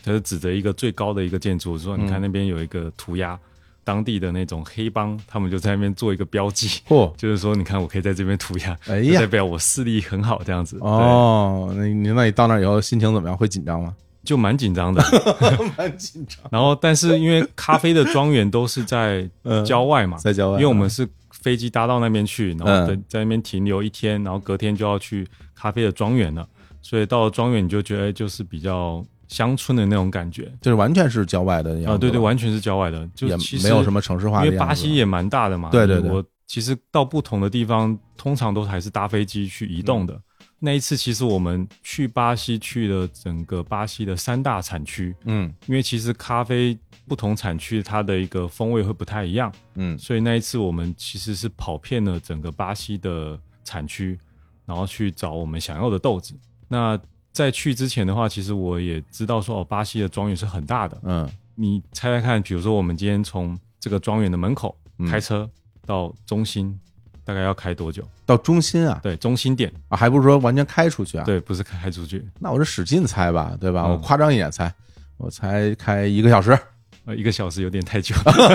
他就指着一个最高的一个建筑说，你嗯看那边有一个涂鸦，当地的那种黑帮他们就在那边做一个标记。 嚯，就是说，你看我可以在这边涂鸦，哎就呀代，表我视力很好这样子，对，哦，那你那你到那儿以后心情怎么样？会紧张吗？就蛮紧张的。 蛮紧张，然后，但是因为咖啡的庄园都是在嗯郊外嘛，在郊外，因为我们是飞机搭到那边去，然后在嗯在那边停留一天，然后隔天就要去咖啡的庄园了，所以到了庄园你就觉得哎就是比较乡村的那种感觉就是完全是郊外的样子啊，对对，吧完全是郊外的，就也其实没有什么城市化因的样为子巴吧。西也蛮大的嘛，对对对我其实到不同的地方，通常都还是搭飞机去移动的。嗯那一次，其实我们去巴西去了整个巴西的三大产区，嗯因为其实咖啡不同产区它的一个风味会不太一样，嗯所以那一次我们其实是跑遍了整个巴西的产区，然后去找我们想要的豆子。那在去之前的话，其实我也知道说哦，巴西的庄园是很大的。嗯你猜猜看，比如说我们今天从这个庄园的门口嗯开车到中心，大概要开多久？到中心啊对，中心点，啊，还不是说完全开出去啊？，对，不是开出去，那我就使劲猜吧，对吧？嗯我夸张一点猜，我才开一个小时 呃，一个小时有点太久。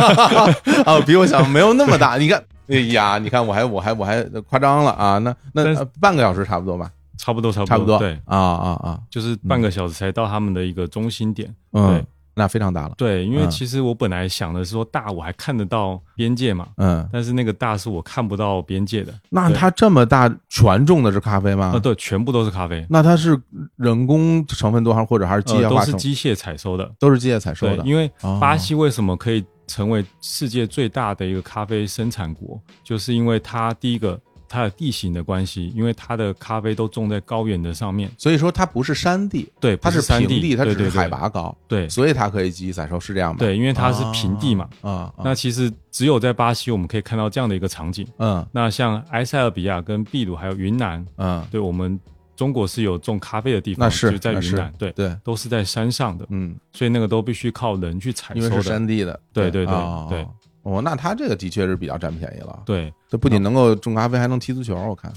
啊，比我想没有那么大。你看，哎呀，你看我还我还我还夸张了啊，那那但呃半个小时差不多吧，差不多，差不多，差不多，对，啊啊啊，就是半个小时才到他们的一个中心点。嗯，那非常大了，对，因为嗯其实我本来想的是说大，我还看得到边界嘛，嗯，但是那个大是我看不到边界的。那对它这么大，全种的是咖啡吗啊，？对，全部都是咖啡，那它是人工成分多还是或者还是机呃械都化是成？机械采收的。都是机械采收对的，，因为哦巴西为什么可以成为世界最大的一个咖啡生产国，就是因为它第一个它的地形的关系，因为它的咖啡都种在高原的上面，所以说它不是山地，对，它不是山平地，它对只是对对海拔高，对所以它可以集体采收，是这样吗？对，因为它是平地嘛。啊，啊，那其实只有在巴西，我们可以看到这样的一个场景。嗯那像埃塞俄比亚、跟秘鲁还有云南，嗯，对我们中国是有种咖啡的地方，那是就在那云是南，对，对，都是在山上的，嗯，所以那个都必须靠人去采因收为是的。山地的，对对对哦对哦，那它这个的确是比较占便宜了，对，这不仅能够种咖啡，还能踢足球，我 看，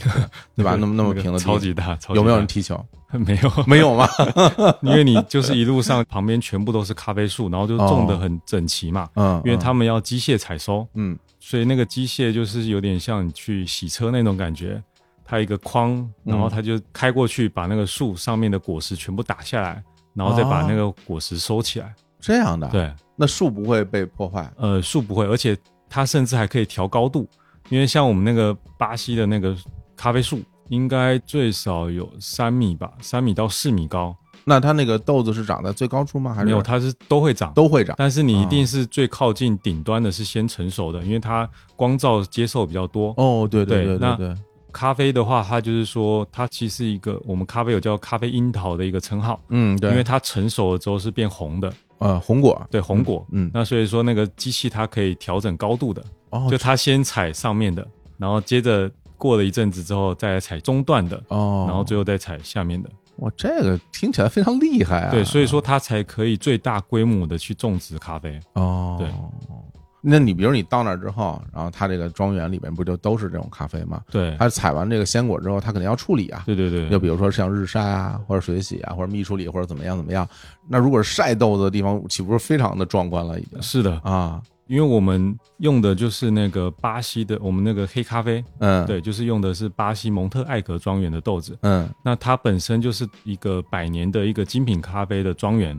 对吧？那个那么那么个平的地超级大，超级有没有大人？踢球？ 没有，没有吗？ 因为你就是一路上 旁边全部都是咖啡树，然后就种的哦很整齐嘛，嗯，因为他们要机械采收，嗯所以那个机械就是有点像你去洗车那种感觉。它一个筐，嗯然后它就开过去，把那个树上面的果实全部打下来，然后再哦把那个果实收起来。这样的，，对，那树不会被破坏，呃，树不会，而且它甚至还可以调高度，因为像我们那个巴西的那个咖啡树，应该最少有三米吧，三米到四米高，那它那个豆子是长在最高处吗？还是没有，它是都会长。都会长？但是你一定是最靠近顶端的，是先成熟的，因为它光照接受比较多。哦，对对对对那对，咖啡的话，它就是说，它其实一个我们咖啡有叫咖啡樱桃的一个称号，嗯，因对，为它成熟了之后是变红的，呃红果，对红果。嗯，那所以说那个机器它可以调整高度的，哦，就它先采上面的，然后接着过了一阵子之后再来采中段的，哦，然后最后再采下面的。哇，这个听起来非常厉害啊！对，所以说它才可以最大规模的去种植咖啡。哦，对。那你比如你到那儿之后，然后他这个庄园里面不就都是这种咖啡吗？对，他采完这个鲜果之后，他肯定要处理啊。对对就对，比如说像日晒啊，或者水洗啊，或者蜜处理，或者怎么样怎么样。那如果是晒豆子的地方，岂不是非常的壮观了？已经是的，啊，因为我们用的就是那个巴西的，我们那个黑咖啡，嗯，，对，就是用的是巴西蒙特艾格庄园的豆子。嗯，那它本身就是一个百年的一个精品咖啡的庄园，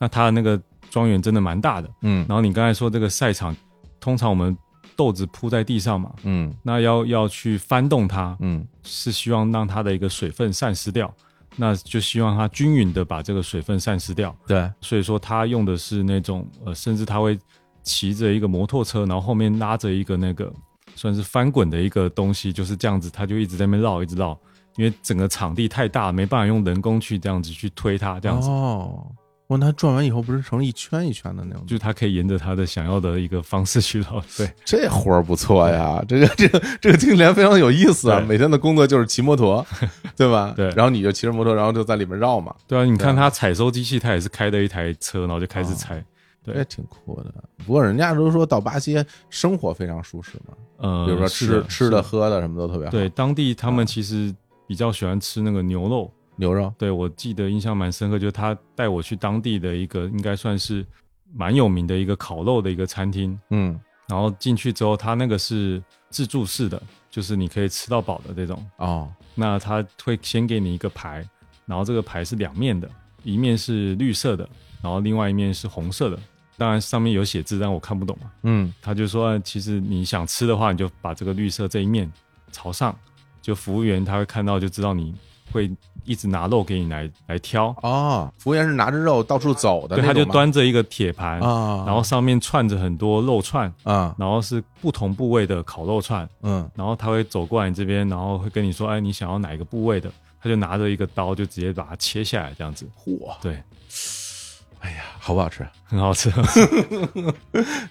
那它的那个庄园真的蛮大的。嗯，然后你刚才说这个赛场，通常我们豆子铺在地上嘛，嗯，那要要去翻动它，嗯，是希望让它的一个水分散失掉，那就希望它均匀的把这个水分散失掉。对，所以说它用的是那种呃，甚至它会骑着一个摩托车，然后后面拉着一个那个算是翻滚的一个东西，就是这样子，它就一直在那边绕，一直绕，因为整个场地太大，没办法用人工去这样子去推它，这样子。哦，我那转完以后不是成了一圈一圈的那种就？是它可以沿着它的想要的一个方式去到。对，这活儿不错呀，这个这个这个听起来非常有意思啊！对每天的工作就是骑摩 托，对吧？对然后你就骑着摩托，然后就在里面绕嘛，对啊，你看它采收机器，它也是开的一台车，然后就开哦始采。对这哎挺酷的。不过人家都说到巴西生活非常舒适嘛，呃，比如说是吃的吃的、喝的什么都特别好，对，当地他们其实比较喜欢吃那个牛肉。牛肉对我记得印象蛮深刻，就是他带我去当地的一个应该算是蛮有名的一个烤肉的一个餐厅，嗯然后进去之后，他那个是自助式的，就是你可以吃到饱的这种。哦，那他会先给你一个牌，然后这个牌是两面的，一面是绿色的，然后另外一面是红色的。当然上面有写字，但我看不懂嘛。嗯他就说，啊其实你想吃的话，你就把这个绿色这一面朝上，就服务员他会看到，就知道你会一直拿肉给你来来挑。哦，服务员是拿着肉到处走的对，那他就种吗，端着一个铁盘，啊，然后上面串着很多肉串，啊然后是不同部位的烤肉串，嗯然后他会走过来你这边，然后会跟你说，哎，你想要哪一个部位的？他就拿着一个刀，就直接把它切下来，这样子。嚯，对， 哎呀，好不好吃？很好吃。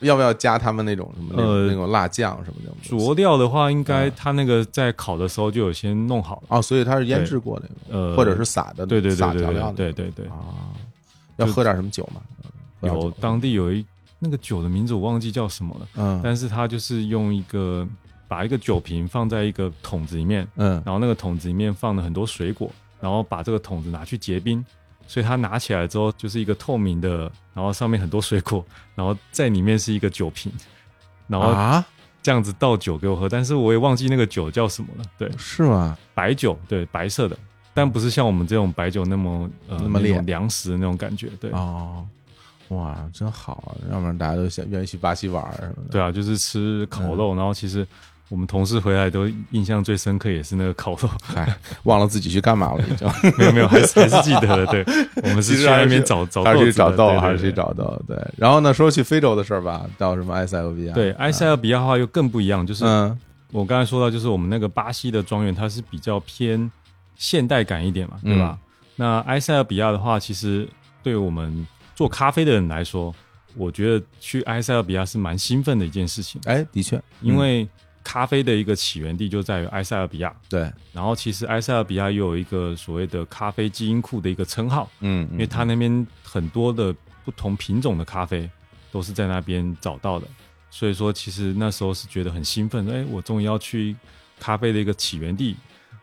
要不要加他们那种什么那种、呃那种辣酱什么那种东西？佐料的话，应该他那个在烤的时候就有先弄好了，哦，所以它是腌制过的，呃，或者是撒的，对对对撒对调料对的对对对，啊。要喝点什么酒吗？喝点有酒当地有一那个酒的名字我忘记叫什么了，嗯但是他就是用一个把一个酒瓶放在一个桶子里面，嗯然后那个桶子里面放了很多水果，然后把这个桶子拿去结冰，所以它拿起来之后就是一个透明的，然后上面很多水果， 然后在里面是一个酒瓶，然后啊，这样子倒酒给我喝，但是我也忘记那个酒叫什么了，对，是吗？白酒，对，白色的。但不是像我们这种白酒那么呃那么烈种粮食的那种感觉，对、哦，哇，真好啊！要不然大家都想愿意去巴西玩儿什么的。嗯对啊，就是吃烤肉，然后其实我们同事回来都印象最深刻也是那个烤肉，嗨，忘了自己去干嘛了，已经。没有没有，还是还是记得的，对，我们其是实去还那是边找 找还是豆去子的找对豆，对还是去对找豆。对，然后呢，说去非洲的事儿吧，到什么埃塞俄比亚？，对，埃塞俄比亚的话又更不一样，就是嗯我刚才说到，就是我们那个巴西的庄园，它是比较偏现代感一点嘛，对吧？嗯那埃塞俄比亚的话，其实对我们做咖啡的人来说，我觉得去埃塞俄比亚是蛮兴奋的一件事情，哎，的确，因为咖啡的一个起源地就在于埃塞俄比亚。对，然后，其实 E 埃塞俄比亚又有一个所谓的咖啡基因库的一个称号，嗯，因为它那边很多的不同品种的咖啡都是在那边找到的，所以说其实那时候是觉得很兴奋，哎，我终于要去咖啡的一个起源地。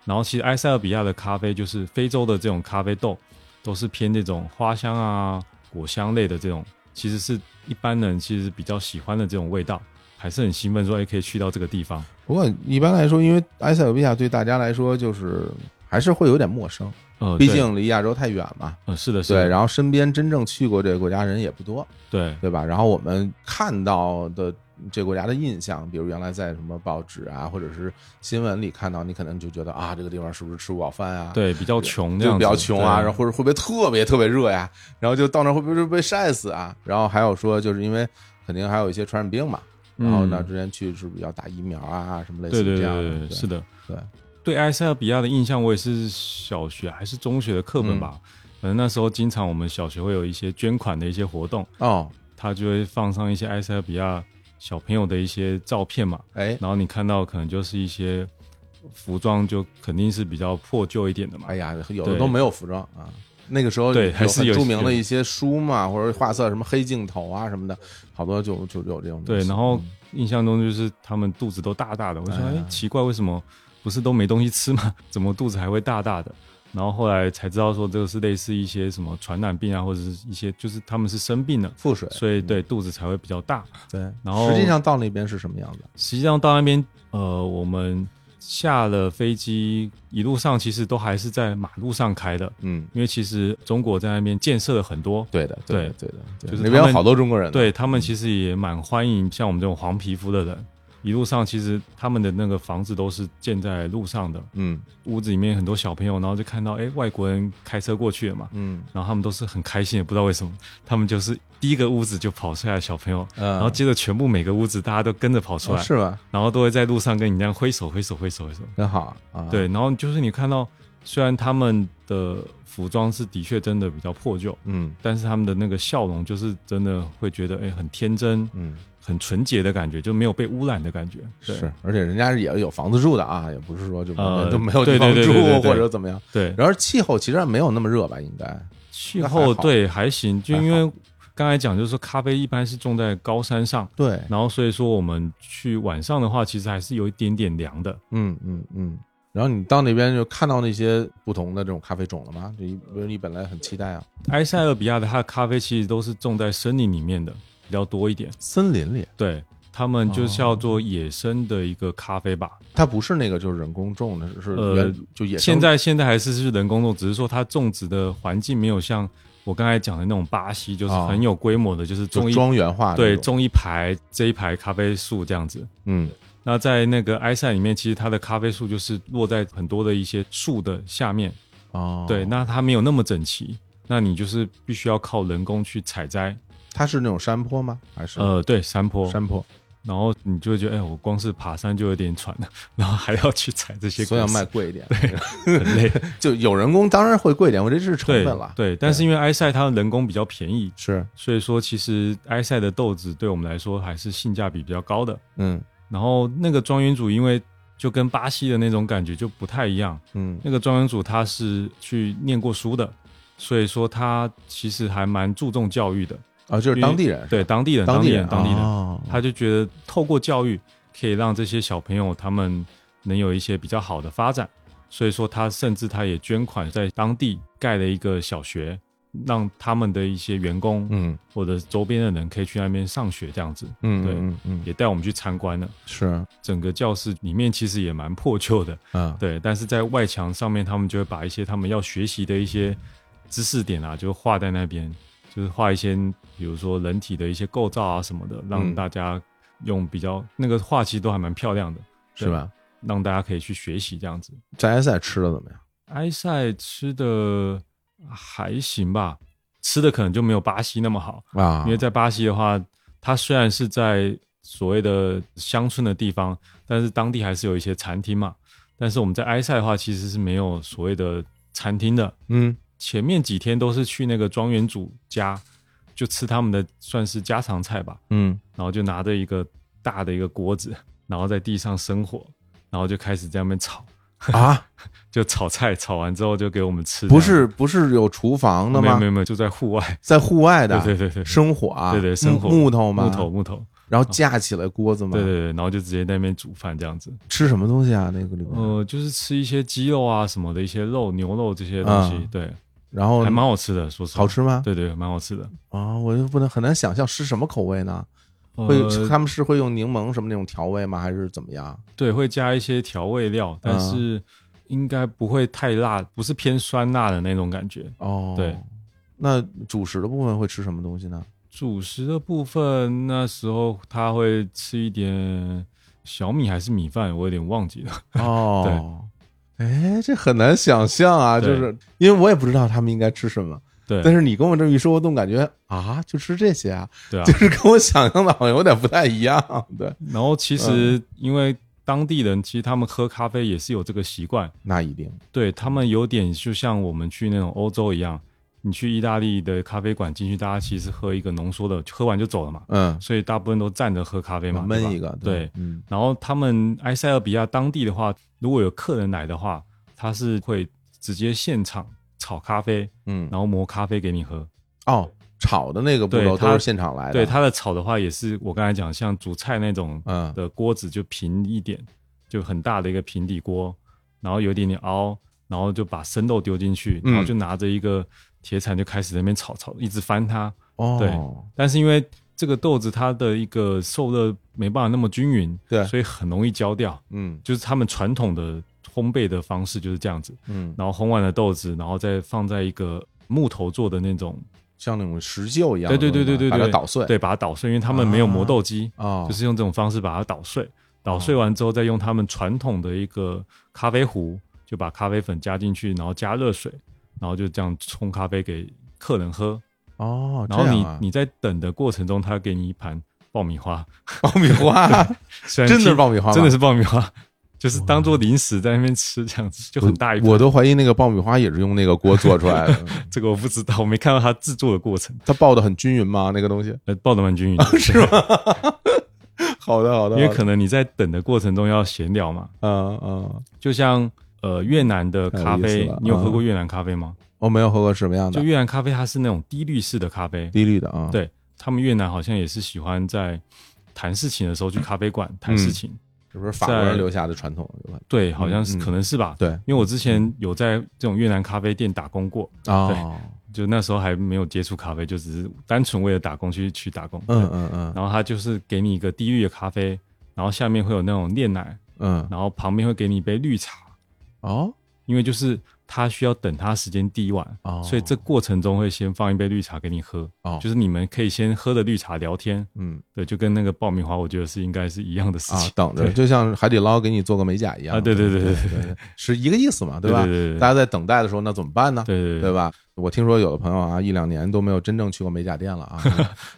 然后其实 E 埃塞俄比亚的咖啡就是非洲的这种咖啡豆，都是偏这种花香啊、果香类的这种，其实是一般人其实比较喜欢的这种味道，还是很兴奋说，哎，可以去到这个地方。不过一般来说，因为埃塞俄比亚对大家来说就是还是会有点陌生，呃，毕对，竟离亚洲太远嘛。呃，是的，是对，的，然后身边真正去过这个国家人也不多，对，对吧？然后我们看到的这个国家的印象，比如原来在什么报纸啊，或者是新闻里看到，你可能就觉得啊，这个地方是不是吃不饱饭啊？。对，比较穷这就样比子，较穷啊，对然后或者会不会特别特别热呀？然后就到那儿会不会被晒死啊？然后还有说，就是因为肯定还有一些传染病嘛，然后呢，嗯之前去是不是要打疫苗啊，什么类对似对这对样的？对对，是的，对，对埃塞俄比亚的印象，我也是小学还是中学的课本嗯吧。反正那时候经常我们小学会有一些捐款的一些活动，哦，它就会放上一些埃塞俄比亚小朋友的一些照片嘛。哎，然后你看到可能就是一些服装，就肯定是比较破旧一点的嘛。哎呀，有的对都没有服装啊。那个时候对有还是很有著名的一些书嘛，或者画册，什么黑镜头啊什么的，好多就就有这种东对，西嗯然后印象中就是他们肚子都大大的，我就说哎哎呀奇怪，为什么不是都没东西吃吗？ 怎么肚子还会大大的？然后后来才知道说这个是类似一些什么传染病啊，或者是一些就是他们是生病了，腹水，嗯所以对肚子才会比较大。对，然后实际上到那边是什么样子？实际上到那边，呃，我们下了飞机，一路上其实都还是在马路上开的，嗯，因为其实中国在那边建设了很多，对的，对的，对的，对就是那边他有们好多中国人，，对他们其实也蛮欢迎像我们这种黄皮肤的人。一路上其实他们的那个房子都是建在路上的，嗯屋子里面很多小朋友，然后就看到哎外国人开车过去了嘛，嗯然后他们都是很开心，也不知道为什么，他们就是第一个屋子就跑出来的小朋友，嗯，然后接着全部每个屋子大家都跟着跑出哦来，是吧？然后都会在路上跟你这样挥手挥手挥手挥手。真好啊，对，然后就是你看到虽然他们的服装是的确真的比较破旧，嗯但是他们的那个笑容就是真的会觉得哎、很天真、嗯，很纯洁的感觉，就没有被污染的感觉。对是，而且人家是也有房子住的啊，也不是说就呃都没有地对对方对住对对对或者怎么样。对，然后气候其实没有那么热吧，应该气那还候好对还行，就还因为刚才讲就是说咖啡一般是种在高山上，对，然后所以说我们去晚上的话，其实还是有一点点凉的。嗯嗯嗯。然后你到那边就看到那些不同的这种咖啡种了吗？就一比如你本来很期待啊，埃塞俄比亚的它的咖啡其实都是种在森林里面的比较多一点，森林里对他们哦就叫做野生的一个咖啡吧。它不是那个就是人工种的，是呃原、就野生现在现在还是是人工种，只是说它种植的环境没有像我刚才讲的那种巴西，就是哦很有规模的，就是种就一庄园化的那对种种一排这一排咖啡树这样子。嗯那在那个埃塞里面，其实它的咖啡树就是落在很多的一些树的下面，哦，对，那它没有那么整齐，那你就是必须要靠人工去采摘，它是那种山坡吗？还是呃，对，山坡，山坡？然后你就会觉得，哎，我光是爬山就有点喘了， 然后还要去采这些，所以要卖，贵一点，很累， 就有人工当然会贵一点，我这是成对本了。，对，但是因为埃塞它人工比较便宜，是，所以说其实埃塞的豆子对我们来说还是性价比比较高的。嗯然后那个庄园主因为就跟巴西的那种感觉就不太一样，嗯那个庄园主他是去念过书的，所以说他其实还蛮注重教育的，啊，就是当地人，对当地人，当地人，人，当地人，哦他就觉得透过教育可以让这些小朋友他们能有一些比较好的发展，所以说他甚至他也捐款在当地盖了一个小学，让他们的一些员工嗯或者周边的人可以去那边上学，这样子嗯，对嗯嗯嗯也带我们去参观了。是，整个教室里面其实也蛮破旧的， 嗯对，但是在外墙上面他们就会把一些他们要学习的一些知识点啊，就画在那边，就是画一些比如说人体的一些构造啊什么的，让嗯大家用比较那个画其实都还蛮漂亮的，是吧？让大家可以去学习这样子。在埃塞吃的怎么样？埃塞吃的还行吧，吃的可能就没有巴西那么好，啊，因为在巴西的话，它虽然是在所谓的乡村的地方，但是当地还是有一些餐厅嘛。但是我们在埃塞的话，其实是没有所谓的餐厅的。嗯前面几天都是去那个庄园主家，就吃他们的算是家常菜吧，嗯然后就拿着一个大的一个锅子，然后在地上生火，然后就开始在那边炒，啊，就炒菜，炒完之后就给我们吃。不是不是有厨房这的样，吗没有没？有没有，就在户外。在户外的， 对对对对生火啊，对对，生火木木头吗？木头，木头，然后架起来锅子吗？对对对，然后就直接在那边煮饭这样子。吃什么东西啊？那个里面，呃，就是吃一些鸡肉啊什么的一些肉、牛肉这些东西，嗯对，然后还蛮好吃的，说实话，好吃吗？对对，蛮好吃的。啊，我就不能很难想象是什么口味呢？会呃，他们是会用柠檬什么那种调味吗？还是怎么样？对，会加一些调味料，但是嗯应该不会太辣，不是偏酸辣的那种感觉。哦，对。那主食的部分会吃什么东西 呢？主食的部分，那时候他会吃一点小米还是米饭，我有点忘记 了。哦，哎，这很难想象啊，就对是因为我也不知道他们应该吃什么，对，但是你跟我这么一说，我总感觉啊，就吃这些啊，对 啊就。是跟我想象的好像有点不太一样。对，然后其实嗯因为当地人，其实他们喝咖啡也是有这个习惯，那一定对他们有点就像我们去那种欧洲一样，你去意大利的咖啡馆进去，大家其实喝一个浓缩的，喝完就走了嘛，嗯，所以大部分都站着喝咖啡嘛，对吧闷一个，对。嗯，然后他们埃塞俄比亚当地的话，如果有客人来的话，他是会直接现场炒咖啡，嗯，然后磨咖啡给你喝。哦，炒的那个步骤对它都是现场来的，对，它的炒的话也是我刚才讲，像煮菜那种嗯的锅子就平一点，就很大的一个平底锅，然后有一点点凹，然后就把生豆丢进去，嗯然后就拿着一个铁铲就开始在那边炒炒，一直翻它。哦，但是因为这个豆子它的一个受热没办法那么均匀，对所以很容易焦掉。嗯就是他们传统的烘焙的方式就是这样子，嗯，然后烘完了豆子，然后再放在一个木头做的那种，像那种石臼一样对的东对西吧，对对对，把它对捣碎，对，把它捣碎，因为他们没有磨豆机，哦，就是用这种方式把它捣碎，捣碎完之后再用他们传统的一个咖啡壶，就把咖啡粉加进去，然后加热水，然后就这样冲咖啡给客人喝。哦，然后这你、样啊你在等的过程中，他给你一盘爆米花，爆米花，虽然 真的听是爆米花吗，真的是爆米花，就是当做零食在那边吃，这样子就很大一我盘。都怀疑那个爆米花也是用那个锅做出来 的。这个我不知道，我没看到它制作的过程。它爆的很均匀吗？那个东 西？呃，报的蛮均匀的，是吗？ 好的，好的，因为可能你在等的过程中要闲聊嘛，嗯嗯，就像呃越南的太有咖意啡思了，你有喝嗯过越南咖啡吗？我哦没有喝过什么样就的越南咖啡，它是那种低滤式的咖啡，低滤的啊。对他们越南好像也是喜欢在谈事情的时候去咖啡馆谈事情，是不是法国人在留下的传统？对，好嗯像嗯是、嗯可能是吧。对因为我之前有在这种越南咖啡店打工过，啊，对就那时候还没有接触咖啡，就只是单纯为了打工去去打工。嗯对嗯嗯然后他就是给你一个低滤的咖啡，然后下面会有那种炼奶，嗯，然后旁边会给你一杯绿茶，哦因为就是他需要等他时间滴完，哦，所以这过程中会先放一杯绿茶给你喝，哦就是你们可以先喝的绿茶聊天，嗯对，就跟那个爆米花，我觉得是应该是一样的事啊情，。等着，对就像海底捞给你做个美甲一样啊，对对对对对对对，是一个意思嘛，对吧？对对大家对在等待的时候，那怎么办呢？对对吧？我听说有的朋友啊，一两年都没有真正去过美甲店了 啊，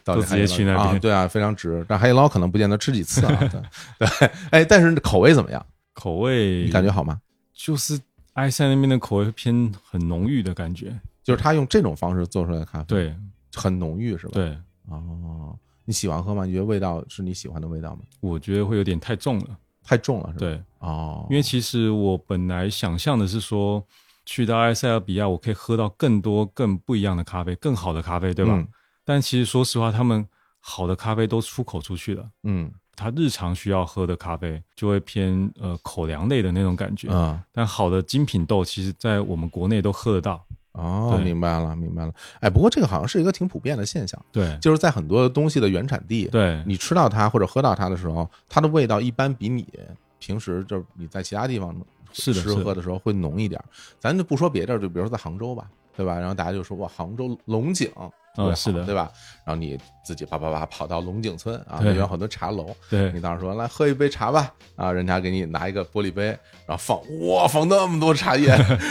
到底都直接去那边啊，对啊，非常值。但海底捞可能不见得吃几次 啊，对，对哎，但是口味怎么样？口味你感觉好吗？就是埃塞那边的口味偏很浓郁的感觉，就是他用这种方式做出来的咖啡，对很浓郁是吧？，对，哦，你喜欢喝吗？你觉得味道是你喜欢的味道吗？我觉得会有点太重了，太重了是吧？，对，哦，因为其实我本来想象的是说，去到埃塞俄比亚我可以喝到更多、更不一样的咖啡，更好的咖啡，对吧？嗯但其实说实话，他们好的咖啡都出口出去了。嗯他日常需要喝的咖啡就会偏呃口粮类的那种感觉，啊。但好的精品豆，其实在我们国内都喝得到。哦，对明白了，明白了。哎，不过这个好像是一个挺普遍的现象，对就是在很多东西的原产地，对你吃到它或者喝到它的时候，它的味道一般比你平时就是你在其他地方是吃的是的喝的时候会浓一点儿。咱就不说别地儿，就比如说在杭州吧，对吧？然后大家就说哇，杭州龙井特别好嗯是的对吧？然后你自己啪啪啪跑到龙井村啊，那对边有很多茶楼，你对当时说来喝一杯茶吧，啊，人家给你拿一个玻璃杯，然后放哇放那么多茶叶，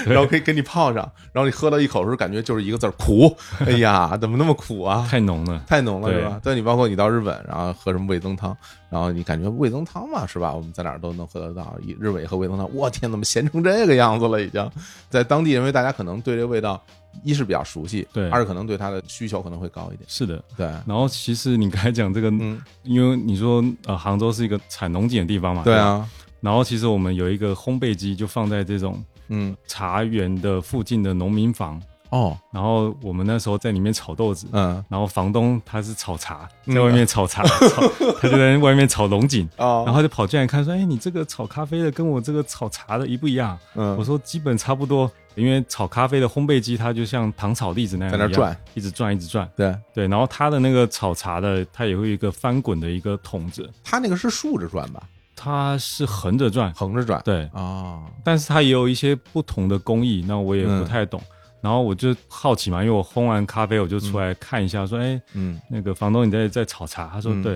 然后可以给你泡上，然后你喝到一口的时候感觉就是一个字儿苦，哎呀，怎么那么苦啊？太浓了，太浓了对是吧？对你包括你到日本，然后喝什么味增汤，然后你感觉味增汤嘛是吧？我们在哪儿都能喝得到，以日本也喝味增汤，我天，怎么咸成这个样子了？已经在当地，因为大家可能对这个味道，一是比较熟悉，对二是可能对它的需求可能会高一点，是的。对，然后其实你刚才讲这个，嗯，因为你说呃杭州是一个产龙井的地方嘛，对。啊，然后其实我们有一个烘焙机，就放在这种嗯，茶园的附近的农民房，哦，然后我们那时候在里面炒豆子。嗯，然后房东他是炒茶，嗯在外面炒茶， 炒他就在外面炒龙井，哦，然后他就跑进来看说：“哎，你这个炒咖啡的跟我这个炒茶的一不一样？”嗯我说：“基本差不多，因为炒咖啡的烘焙机它就像糖炒栗子那样在那一样转，一直转，一直转。对，对，然后它的那个炒茶的，它也会有一个翻滚的一个筒子，它那个是竖着转吧，它是横着转。横着转，对，哦，但是它也有一些不同的工艺，那我也嗯不太懂。然后我就好奇嘛，因为我烘完咖啡我就出来看一下，说：哎，嗯那个房东你在在炒茶？他说嗯对。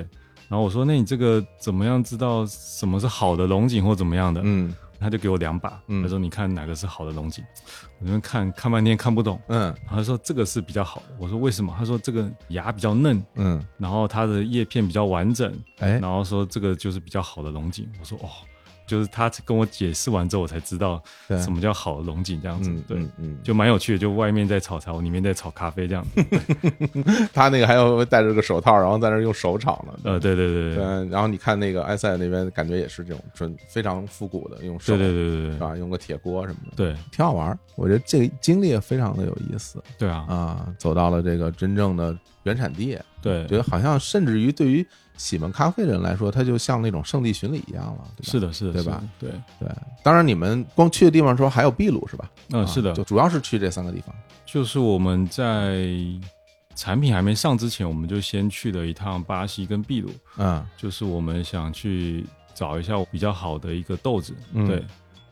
然后我说：“那你这个怎么样知道什么是好的龙井或怎么样的？”嗯他就给我两把，嗯他说你看哪个是好的龙井，我这边看看半天看不懂，嗯然后他说这个是比较好的，我说为什么？他说这个芽比较嫩，嗯，然后它的叶片比较完整，哎然，后说这个就是比较好的龙井。我说哦，就是他跟我解释完之后，我才知道对什么叫好的龙井这样子嗯，对。嗯嗯，就蛮有趣的，就外面在炒茶，我里面在炒咖 啡这样。他那个还要戴着个手套，然后在那儿用手炒呢，呃，对对对对对嗯，然后你看那个埃塞那边，感觉也是这种纯非常复古的，用手对对对是对吧？用个铁锅什么的，对挺好玩儿。我觉得这个经历也非常的有意思对啊！啊，走到了这个真正的原产地，对觉，得好像甚至于对于喜欢咖啡的人来说，它就像那种圣地巡礼一样了，对吧是的，是的，对是的吧？对，对。当然，你们光去的地方之后还有秘鲁是吧？嗯，啊是的就，主要是去这三个地方。就是我们在产品还没上之前，我们就先去了一趟巴西跟秘鲁，嗯就是我们想去找一下比较好的一个豆子，嗯对。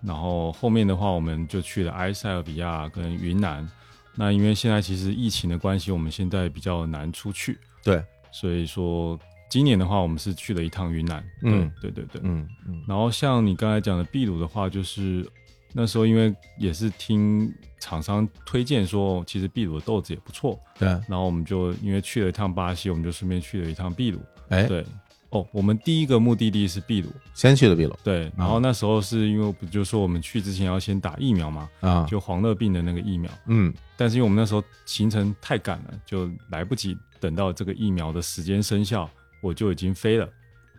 然后后面的话，我们就去了埃塞俄比亚跟云南。那因为现在其实疫情的关系，我们现在比较难出去，对，所以说今年的话，我们是去了一趟云南。对嗯对对对。嗯嗯然后像你刚才讲的秘鲁的话，就是那时候因为也是听厂商推荐说，其实秘鲁的豆子也不错，对，然后我们就因为去了一趟巴西，我们就顺便去了一趟秘鲁。哎，对，哦，我们第一个目的地是秘鲁，先去的秘鲁对，然后那时候是因为不就说我们去之前要先打疫苗嘛，啊，就黄热病的那个疫苗，嗯但是因为我们那时候行程太赶了，就来不及等到这个疫苗的时间生效，我就已经飞了。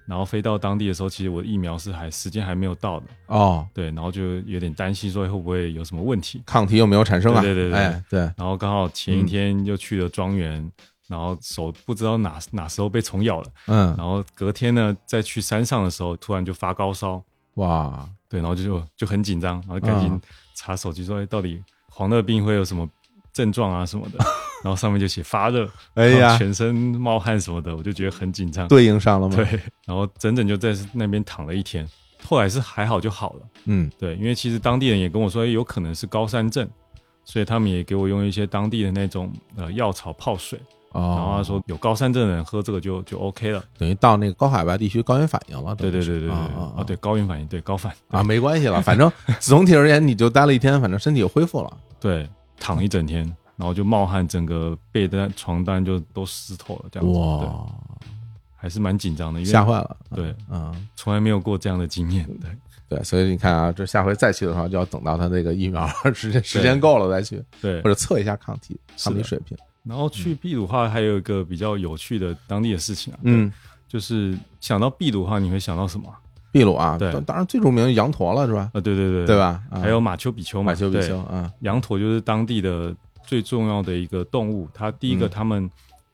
然后飞到当地的时候，其实我的疫苗是还时间还没有到的，哦，对，然后就有点担心说会不会有什么问题。抗体有没有产生啊？对对对对哎对，然后刚好嗯前一天又去了庄园，然后手不知道哪哪时候被虫咬了，嗯然后隔天呢再去山上的时候，突然就发高烧，哇，对，然后就就就很紧张，然后赶紧嗯查手机说、哎到底黄热病会有什么症状啊什么 的，然后上面就写发热，哎然后呀，全身冒汗什么的，我就觉得很紧张。对应上了吗？对，然后整整就在那边躺了一天，后来是还好就好了。嗯对，因为其实当地人也跟我说，哎有可能是高山症，所以他们也给我用一些当地的那种呃药草泡水，然后哦他，说有高山症的人喝这个就就 OK 了。等于到那个高海拔地区高原反应了，对等对于对是对对，啊啊啊啊对高原反应，对高反啊，没关系了，反 正总体而言你就待了一天，反正身体又恢复了。对，躺一整天，然后就冒汗，整个被单、床单就都湿透了，这样子，对，哇，还是蛮紧张的，因吓为坏了。对嗯，从来没有过这样的经验，对对，所以你看啊，这下回再去的时候，就要等到他那个疫苗 时间时间对够了再去，对或。者测一下抗体是抗的体水平。然后去秘鲁的话，还有一个比较有趣的当地的事情啊，对，嗯，就是想到秘鲁的话，你会想到什么啊？秘鲁啊，对当当然最著名的羊驼了是吧？啊，对对对，对？吧？啊还有马丘比丘嘛，马丘比丘对，啊，羊驼就是当地的最重要的一个动物。它第一个，嗯它们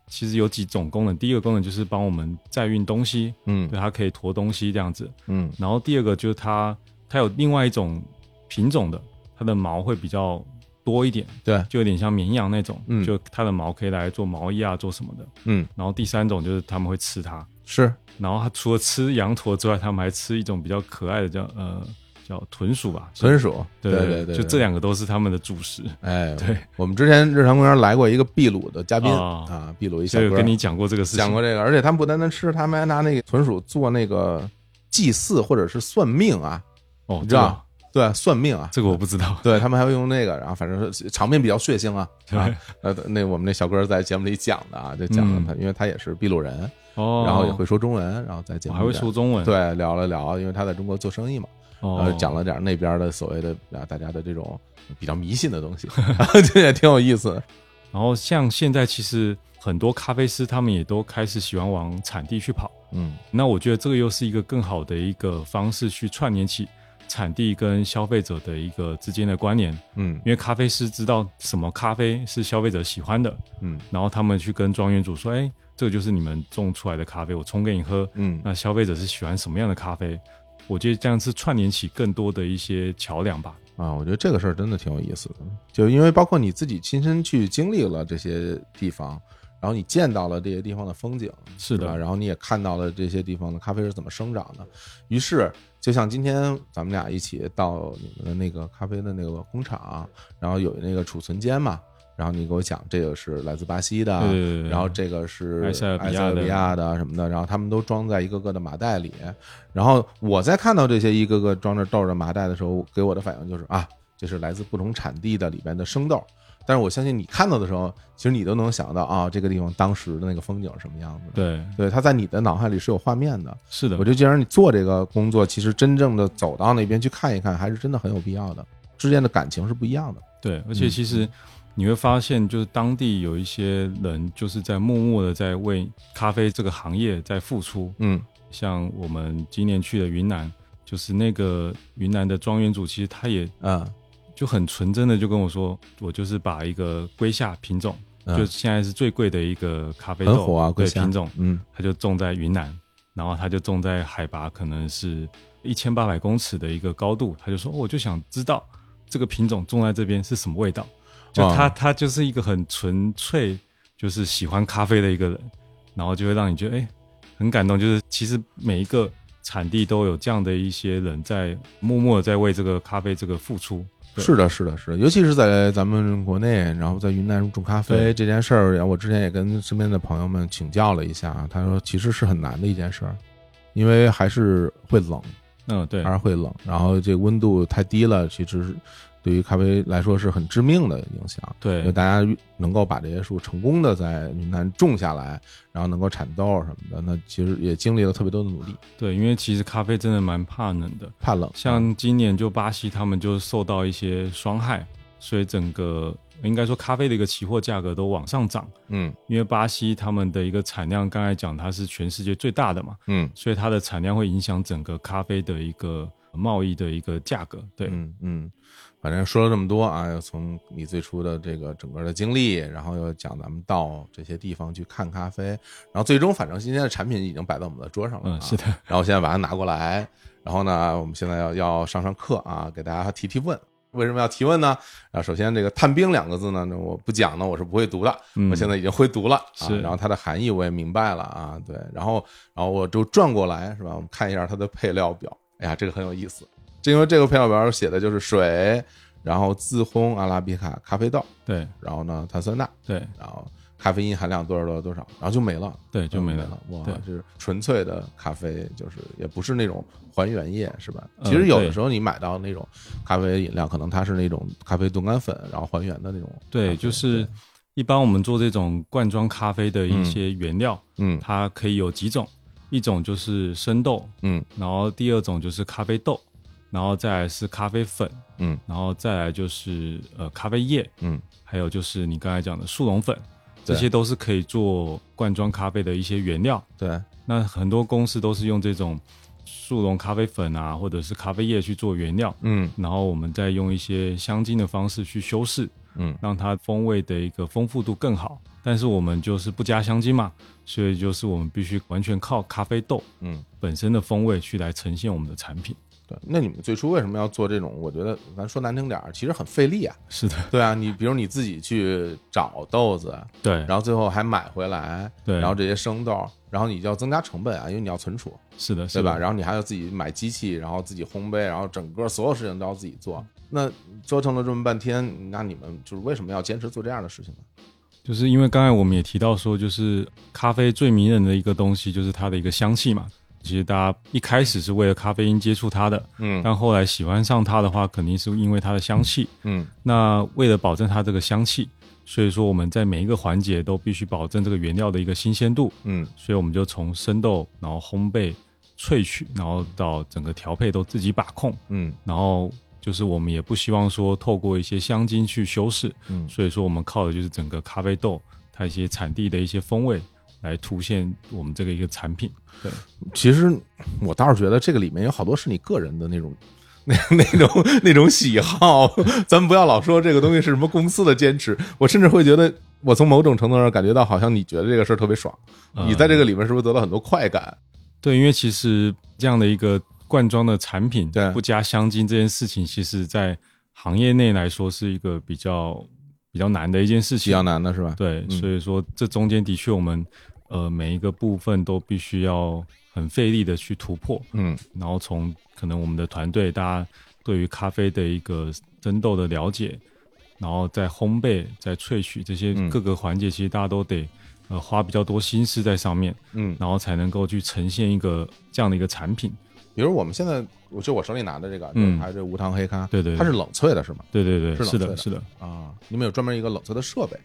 其实有几种功能，第一个功能就是帮我们载运东西，嗯对，它可以驮东西这样子。嗯然后第二个就是它，它有另外一种品种的，它的毛会比较多一点，对，就有点像绵羊那种，嗯就它的毛可以来做毛衣啊，做什么的。嗯然后第三种就是他们会吃它，是然后它除了吃羊驼之外，他们还吃一种比较可爱的叫呃叫豚鼠吧，是豚鼠，对对对对，就这两个都是他们的主食。哎，对，我们之前日常公园来过一个秘鲁的嘉宾哦啊，秘鲁一小就有哥跟你讲过这个事情，讲过这个，而且他们不单单吃，他们还拿那个豚鼠做那个祭祀或者是算命啊，哦，你这知个道？对，算命啊，这个我不知道，对他们还会用那个，然后反正是场面比较血腥啊。对啊呃，那我们那小哥在节目里讲的啊，就讲了嗯他，因为他也是秘鲁人，哦，然后也会说中文，然后在节我目还会里说中文，，对聊了聊，因为他在中国做生意嘛，然后嗯哦，讲了点那边的所谓的啊大家的这种比较迷信的东西， 这也挺有意思。然后像现在其实很多咖啡师他们也都开始喜欢往产地去跑，嗯那我觉得这个又是一个更好的一个方式去串联起产地跟消费者的一个之间的关联，嗯因为咖啡师知道什么咖啡是消费者喜欢的，嗯然后他们去跟庄园主说，哎，这个就是你们种出来的咖啡，我冲给你喝。嗯那消费者是喜欢什么样的咖啡？我觉得这样是串联起更多的一些桥梁吧。啊，我觉得这个事儿真的挺有意思的，就因为包括你自己亲身去经历了这些地方，然后你见到了这些地方的风景，是对吧？啊的，然后你也看到了这些地方的咖啡是怎么生长的。于是，就像今天咱们俩一起到你们的那个咖啡的那个工厂，然后有那个储存间嘛，然后你给我讲这个是来自巴西的，对对对对然后这个是埃塞俄比埃亚的塞俄比亚的什么的，然后他们都装在一个个的麻袋里。然后我在看到这些一个个装着豆的麻袋的时候，给我的反应就是啊，这是来自不同产地的里边的生豆。但是我相信你看到的时候，其实你都能想到啊，这个地方当时的那个风景是什么样子的。对，对，它在你的脑海里是有画面的。是的我，觉得，既然你做这个工作，其实真正的走到那边去看一看，还是真的很有必要的。之间的感情是不一样的。对。而嗯且其实你会发现，就是当地有一些人就是在默默的在为咖啡这个行业在付出。嗯像我们今年去的云南，就是那个云南的庄园主，其实他也嗯就很纯真的就跟我说，我就是把一个瑰夏品种，嗯就现在是最贵的一个咖啡豆，很火啊对瑰夏品种，嗯它就种在云南，然后它就种在海拔可能是一千八百公尺的一个高度，他就说、哦我就想知道这个品种种在这边是什么味道，就他哦他就是一个很纯粹，就是喜欢咖啡的一个人，然后就会让你觉得哎、很感动，就是其实每一个产地都有这样的一些人在默默的在为这个咖啡这个付出，对是的，是的，是的，尤其是在咱们国内，然后在云南种咖啡对这件事儿，我之前也跟身边的朋友们请教了一下，啊他说其实是很难的一件事儿，因为还是会冷，嗯对啊还是会冷，然后这温度太低了，其实对于咖啡来说是很致命的影响。对就大家能够把这些树成功的在云南种下来，然后能够产豆什么的，那其实也经历了特别多的努力。对，因为其实咖啡真的蛮怕冷的，怕冷，像今年就巴西他们就受到一些霜害，所以整个应该说咖啡的一个期货价格都往上涨。嗯因为巴西他们的一个产量，刚才讲它是全世界最大的嘛，嗯所以它的产量会影响整个咖啡的一个贸易的一个价格。对，嗯嗯，反正说了这么多啊，又从你最初的这个整个的经历，然后又讲咱们到这些地方去看咖啡，然后最终反正今天的产品已经摆在我们的桌上了、啊，嗯，是的，然后现在把它拿过来，然后呢，我们现在要要上上课啊，给大家提提问。为什么要提问呢？啊，首先这个“探冰”两个字呢，那我不讲呢，我是不会读的。啊嗯我现在已经会读了，啊是然后它的含义我也明白了啊，对，然后然后我就转过来是吧？我们看一下它的配料表，哎呀，这个很有意思，这因为这个配料表写的就是水，然后自烘阿拉比卡咖啡豆，对然后呢碳酸钠，对然后咖啡因含量多少多少多少，然后就没了。对，就没了了。。哇，对就是纯粹的咖啡，就是也不是那种还原液，是吧？嗯其实有的对时候你买到那种咖啡饮料，可能它是那种咖啡冻干粉，然后还原的那种。对，就是一般我们做这种罐装咖啡的一些原料，嗯它可以有几种，一种就是生豆，嗯然后第二种就是咖啡豆，然后再来是咖啡粉，嗯然后再来就是呃咖啡液，嗯还有就是你刚才讲的速溶粉，这对些都是可以做罐装咖啡的一些原料。对，那很多公司都是用这种速溶咖啡粉啊，或者是咖啡液去做原料，嗯然后我们再用一些香精的方式去修饰，嗯让它风味的一个丰富度更好。但是我们就是不加香精嘛，所以就是我们必须完全靠咖啡豆嗯，本身的风味去来呈现我们的产品。对。那你们最初为什么要做这种？我觉得咱说难听点儿，其实很费力啊。是的，对啊，你比如你自己去找豆子，对，然后最后还买回来，对然后这些生豆，然后你就要增加成本啊，因为你要存储。是的，是对吧？的，然后你还要自己买机器，然后自己烘焙，然后整个所有事情都要自己做。那折腾了这么半天，那你们就是为什么要坚持做这样的事情呢？就是因为刚才我们也提到说，就是咖啡最迷人的一个东西就是它的一个香气嘛。其实大家一开始是为了咖啡因接触它的，嗯但后来喜欢上它的话，肯定是因为它的香气。嗯那为了保证它这个香气，所以说我们在每一个环节都必须保证这个原料的一个新鲜度，嗯所以我们就从生豆，然后烘焙、萃取，然后到整个调配都自己把控，嗯然后。就是我们也不希望说透过一些香精去修饰，嗯所以说我们靠的就是整个咖啡豆它一些产地的一些风味来凸显我们这个一个产品。其实我倒是觉得这个里面有好多是你个人的那种。那那种那种喜好，咱们不要老说这个东西是什么公司的坚持。我甚至会觉得，我从某种程度上感觉到，好像你觉得这个事儿特别爽，嗯你在这个里面是不是得到很多快感？对，因为其实这样的一个罐装的产品，对不加香精这件事情，其实在行业内来说是一个比较比较难的一件事比情较。难的是吧？对，嗯所以说这中间的确我们呃每一个部分都必须要很费力的去突破，嗯然后从可能我们的团队大家对于咖啡的一个争斗的了解，然后在烘焙、在萃取这些嗯各个环节，其实大家都得呃花比较多心思在上面。嗯，然后才能够去呈现一个这样的一个产品。比如我们现在，我就我手里拿的这个，嗯还有这无糖黑咖，对对对它是冷萃的是吗？对对对，是是的的，是的，啊，你们有专门一个冷萃的设备，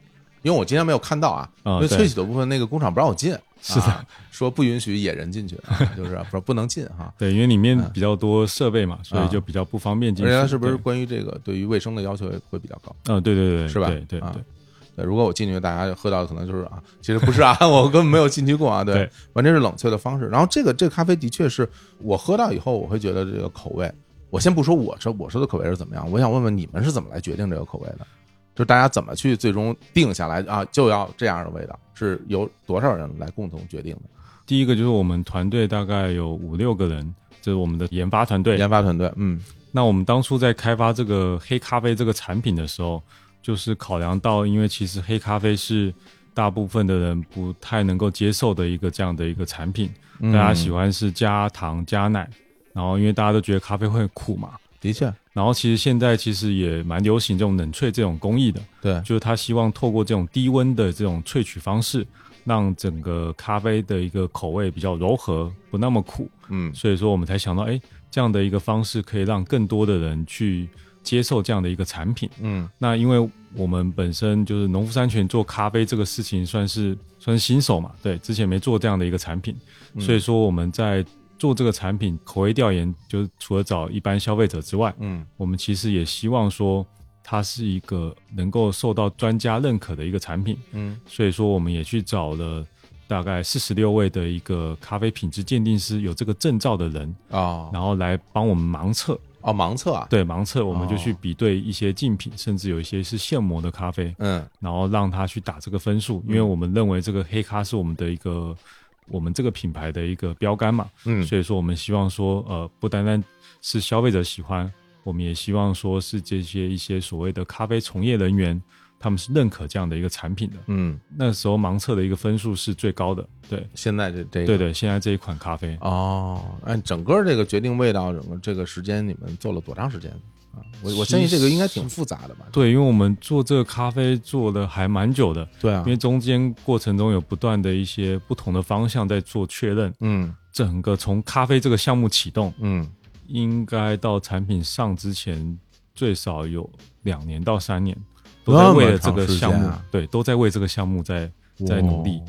因为我今天没有看到啊，啊因为对萃取的部分那个工厂不让我进， 是的啊，说不允许野人进去， 啊、就是不不能进哈、对，因为里面比较多设备嘛，嗯所啊以就比较不方便进而去。且它是不是对？关于这个对于卫生的要求也会比较高？嗯，对对对，是吧对对啊对，对，如果我进去，大家喝到的可能就是啊，其实不是啊， 我根本没有进去过啊。对对，完全是冷萃的方式。然后这个这个咖啡的确是我喝到以后，我会觉得这个口味，我先不说我说我说的口味是怎么样，我想问问你们是怎么来决定这个口味的？就是大家怎么去最终定下来啊，就要这样的味道，是由多少人来共同决定的？第一个就是我们团队大概有五六个人，这是我们的研发团队研。发团队，嗯那我们当初在开发这个黑咖啡这个产品的时候，就是考量到，因为其实黑咖啡是大部分的人不太能够接受的一个这样的一个产品，嗯大家喜欢是加糖加奶，然后因为大家都觉得咖啡会苦嘛，的确，然后其实现在其实也蛮流行这种冷萃这种工艺的，对，就是他希望透过这种低温的这种萃取方式，让整个咖啡的一个口味比较柔和，不那么苦。嗯所以说我们才想到，哎，这样的一个方式可以让更多的人去接受这样的一个产品。嗯那因为我们本身就是农夫山泉做咖啡这个事情算是算是新手嘛，对，之前没做这样的一个产品，嗯所以说我们在做这个产品口味调研，就是除了找一般消费者之外，嗯我们其实也希望说它是一个能够受到专家认可的一个产品，嗯所以说我们也去找了大概四十六位的一个咖啡品质鉴定师，有这个证照的人，哦然后来帮我们盲测，哦盲测啊，对盲测，我们就去哦比对一些竞品，甚至有一些是现磨的咖啡，嗯然后让他去打这个分数，因为我们认为这个黑咖是我们的一个我们这个品牌的一个标杆嘛，嗯所以说我们希望说，呃，不单单是消费者喜欢，我们也希望说是这些一些所谓的咖啡从业人员，他们是认可这样的一个产品的。嗯，那时候盲测的一个分数是最高的，对现在这这个对对，现在这一款咖啡，哦，按整个这个决定味道，整个这个时间你们做了多长时间啊？我我其相信这个应该实挺复杂的吧？对，因为我们做这个咖啡做的还蛮久的，对啊因为中间过程中有不断的一些不同的方向在做确认，嗯整个从咖啡这个项目启动，嗯应该到产品上之前，最少有两年到三年，都在为了这个那么长项时目，间啊对，都在为这个项目在在努力。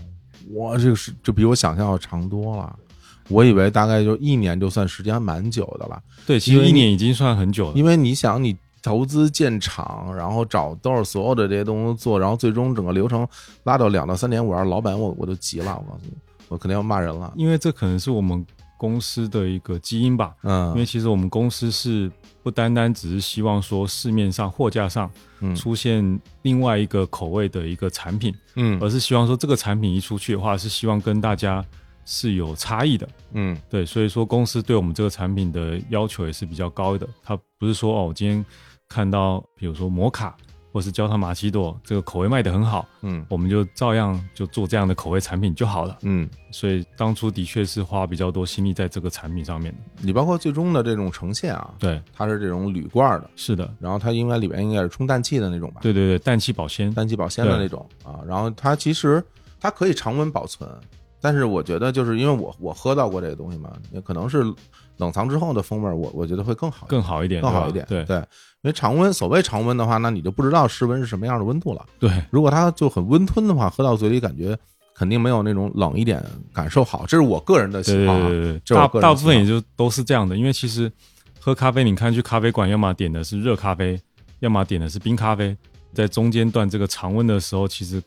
哇，这个是这嗯比我想象要长多了。我以为大概就一年就算时间还蛮久的了，对，其因为实你一年已经算很久了。因为你想，你投资建厂，然后找豆儿，所有的这些东西做，然后最终整个流程拉到两到三年，我要是老板，我我就急了，我告诉你，我肯定要骂人了。因为这可能是我们公司的一个基因吧。因为嗯其实我们公司是不单单只是希望说市面上货架上嗯出现另外一个口味的一个产品，嗯而是希望说这个产品一出去的话，是希望跟大家是有差异的。嗯对，所以说公司对我们这个产品的要求也是比较高的。它不是说哦，我今天看到比如说摩卡或是焦糖玛奇朵这个口味卖得很好，嗯我们就照样就做这样的口味产品就好了。嗯，所以当初的确是花比较多心力在这个产品上面的。你包括最终的这种呈现啊，对，它是这种铝罐的，是的，然后它应该里边应该是充氮气的那种吧，对对对，氮气保鲜。氮气保鲜的那种啊。然后它其实它可以常温保存，但是我觉得就是因为我我喝到过这个东西嘛，也可能是冷藏之后的风味儿，我我觉得会更好一点，更好一点，更好对吧一点。对对，因为常温，所谓常温的话，那你就不知道室温是什么样的温度了。对如果它就很温吞的话，喝到嘴里感觉肯定没有那种冷一点感受好，这是我个人的喜对好对啊。对对，这我大个人大部分喜好也就都是这样的，因为其实喝咖啡，你看去咖啡馆，要么点的是热咖啡，要么点的是冰咖啡，在中间段这个常温的时候，其实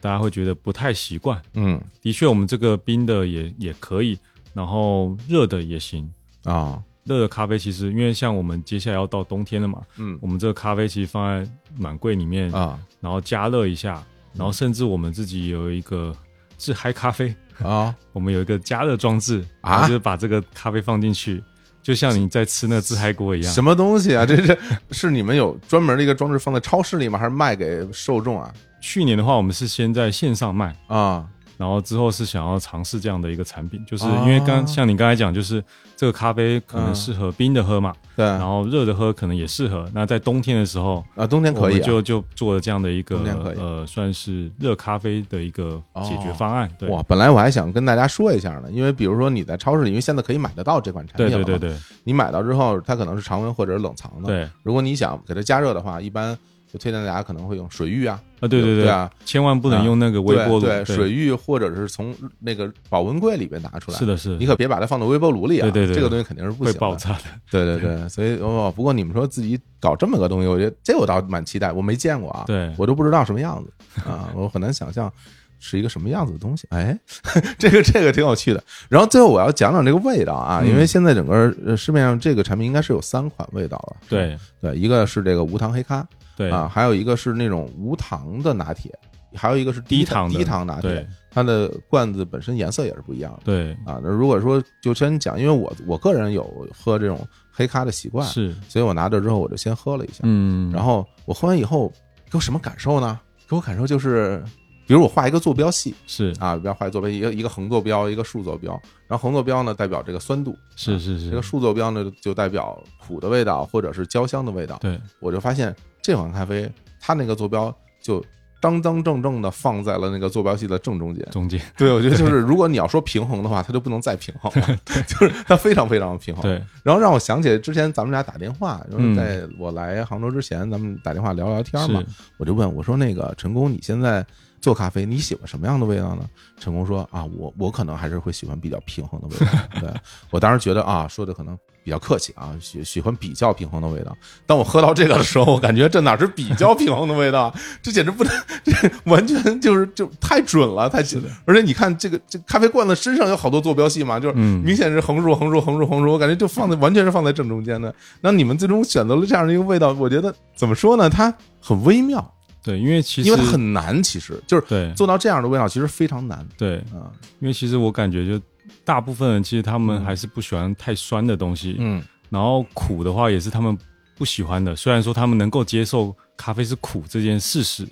大家会觉得不太习惯。嗯的确，我们这个冰的也也可以，然后热的也行。啊、热的咖啡其实，因为像我们接下来要到冬天了嘛，嗯我们这个咖啡其实放在暖柜里面，啊然后加热一下，然后甚至我们自己有一个是嗨咖啡，啊我们有一个加热装置啊然后就是把这个咖啡放进去，就像你在吃那自嗨锅一样。什么东西啊？这是是你们有专门的一个装置放在超市里吗？还是卖给受众啊？去年的话，我们是先在线上卖，啊，然后之后是想要尝试这样的一个产品，就是啊因为刚、像你刚才讲，就是这个咖啡可能适合冰的喝嘛，对然后热的喝可能也适合。那在冬天的时候，啊，冬天我可以们啊、就就做了这样的一个冬天可以啊哦呃，算是热咖啡的一个解决方案。对哇，本来我还想跟大家说一下呢，因为比如说你在超市里，因为现在可以买得到这款产对品了对嘛对对你买到之后，它可能是常温或者是冷藏的。，对啊如果你想给它加热的话，一般就推荐大家可能会用水浴啊，对对对啊，千万不能用那个微波炉，对对，对水浴或者是从那个保温柜里边拿出来。是的是你的可别把它放到微波炉里啊，对对对这个东西肯定是不会行爆的。炸的。对对对，所以哦，不过你们说自己搞这么个东西，我觉得这我倒蛮期待，我没见过啊，对我都不知道什么样子啊，我很难想象是一个什么样子的东西。哎， 这个这个挺有趣的。然后最后我要讲讲这个味道啊，嗯因为现在整个呃市面上这个产品应该是有三款味道了，对对，一个是这个无糖黑咖对啊，还有一个是那种无糖的拿铁，还有一个是低低糖的低糖拿铁对，它的罐子本身颜色也是不一样的。对，啊，那如果说就先讲，因为我我个人有喝这种黑咖的习惯，是，所以我拿着之后我就先喝了一下，嗯，然后我喝完以后给我什么感受呢？给我感受就是，比如我画一个坐标系是啊，比如画一个坐标，一个一个横坐标，一个竖坐标，然后横坐标呢代表这个酸度，是是是，这个竖坐标呢就代表苦的味道或者是焦香的味道，对我就发现这款咖啡它那个坐标就当当正正的放在了那个坐标系的正中间。中间 对，我觉得就是如果你要说平衡的话，它就不能再平衡 了， 就是它非常非常平衡。对，然后让我想起之前咱们俩打电话，就是嗯在我来杭州之前，咱们打电话聊聊天嘛是，我就问我说：“那个陈工，你现在做咖啡，你喜欢什么样的味道呢？”陈工说：“啊，我我可能还是会喜欢比较平衡的味道。对”我当时觉得啊，说的可能比较客气啊，喜喜欢比较平衡的味道。当我喝到这个的时候，我感觉这哪是比较平衡的味道， 这简直不能，这完全就是就太准了，太准。而且你看这个这咖啡罐子身上有好多坐标系嘛，就是嗯明显是横竖横竖横竖横竖，我感觉就放在完全是放在正中间的。那你们最终选择了这样的一个味道，我觉得怎么说呢？它很微妙。对，因为其实因为它很难，其实就是对做到这样的味道，其实非常难对，啊。因为其实我感觉就大部分人其实他们还是不喜欢太酸的东西，嗯，然后苦的话也是他们不喜欢的。虽然说他们能够接受咖啡是苦这件事实，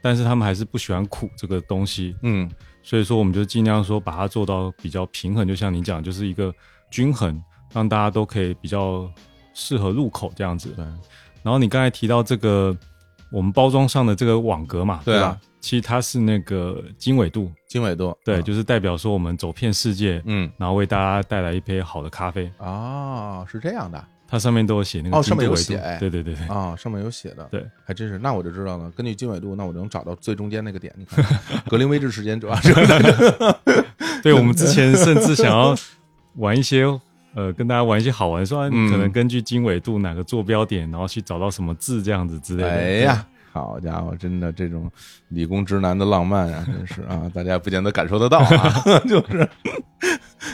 但是他们还是不喜欢苦这个东西。嗯所以说，我们就尽量说把它做到比较平衡，就像你讲，就是一个均衡，让大家都可以比较适合入口这样子。对，然后你刚才提到这个我们包装上的这个网格嘛，对啊吧？其实它是那个经纬度，经纬度对，啊就是代表说我们走遍世界，嗯然后为大家带来一杯好的咖啡。哦，是这样的它上面都有写那个哦经上面有纬度写哎对对对对，啊，上面有写的，对，还真是。那我就知道了，根据经纬度，那我就能找到最中间那个点。你 看，格林威治时间主要是对我们之前甚至想要玩一些呃，跟大家玩一些好玩，说、啊、嗯你可能根据经纬度哪个坐标点，然后去找到什么字这样子之类的。哎 呀。好家伙，真的这种理工直男的浪漫啊，真是啊，大家不见得感受得到 啊， 就是，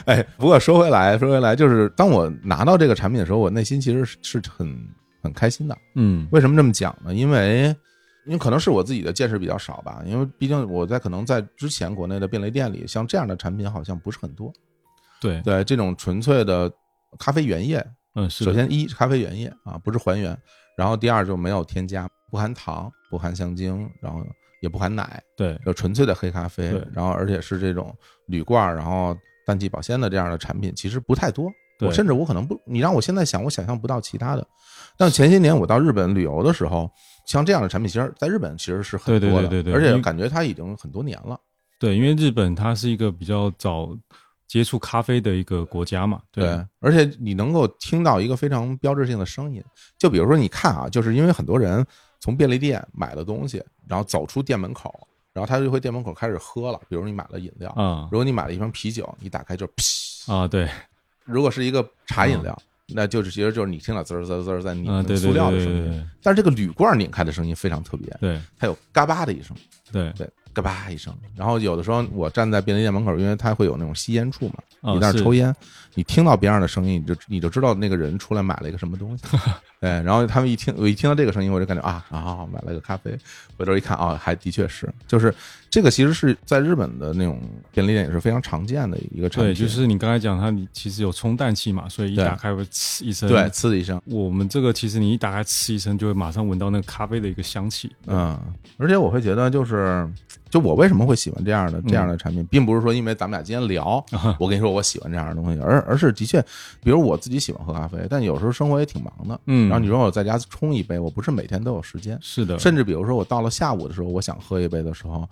哎，不过说回来，说回来，就是当我拿到这个产品的时候，我内心其实是是很很开心的，嗯，为什么这么讲呢？因为因为可能是我自己的见识比较少吧，因为毕竟我在可能在之前国内的便利店里，像这样的产品好像不是很多。对，对，这种纯粹的咖啡原液，嗯，是首的，先一是咖啡原液啊，不是还原，然后第二就没有添加，不含糖，不含香精，然后也不含奶，对，就纯粹的黑咖啡对。然后而且是这种铝罐儿，然后淡季保鲜的这样的产品，其实不太多。对我甚至我可能不，你让我现在想，我想象不到其他的。但前些年我到日本旅游的时候，像这样的产品，其实在日本其实是很对对多的，对对对而因且为感觉它已经很多年了。对，因为日本它是一个比较早接触咖啡的一个国家嘛，对，而且你能够听到一个非常标志性的声音，就比如说，你看啊，就是因为很多人从便利店买了东西，然后走出店门口，然后他就会店门口开始喝了。比如你买了饮料，啊如果你买了一瓶啤酒，你打开就噗啊，对，如果是一个茶饮料，那就是其实就是你听到滋儿滋儿滋儿在拧啊，那对个塑对对料的对声对音，但是这个铝罐拧开的声音非常特别，对它有嘎巴的一声，对对，嘎巴一声。然后有的时候我站在便利店门口，因为它会有那种吸烟处嘛，啊你在那儿是抽烟，你听到别人的声音，你就你就知道那个人出来买了一个什么 东西。对，然后他们一听，哦我一听到这个声音，我就感觉啊啊，买了个咖啡。回头一看啊，还的确是，就是这个其实是在日本的那种便利店也是非常常见的一个产对，品，就是你刚才讲它，你其实有充氮气嘛，所以一对打开会呲一声。对，，呲的一声。我们这个其实你一打开呲一声，就会马上闻到那个咖啡的一个香气。嗯，而且我会觉得，就是就我为什么会喜欢这嗯样的这样的产品，并不是说因为咱们俩今天 聊，我跟你说我喜欢这样的东西，而而是的确，比如我自己喜欢喝咖啡，但有时候生活也挺忙的，嗯然后你说我在家冲一杯，我不是每天都有时间，是的，甚至比如说我到了下午的时候，我想喝一杯的时候，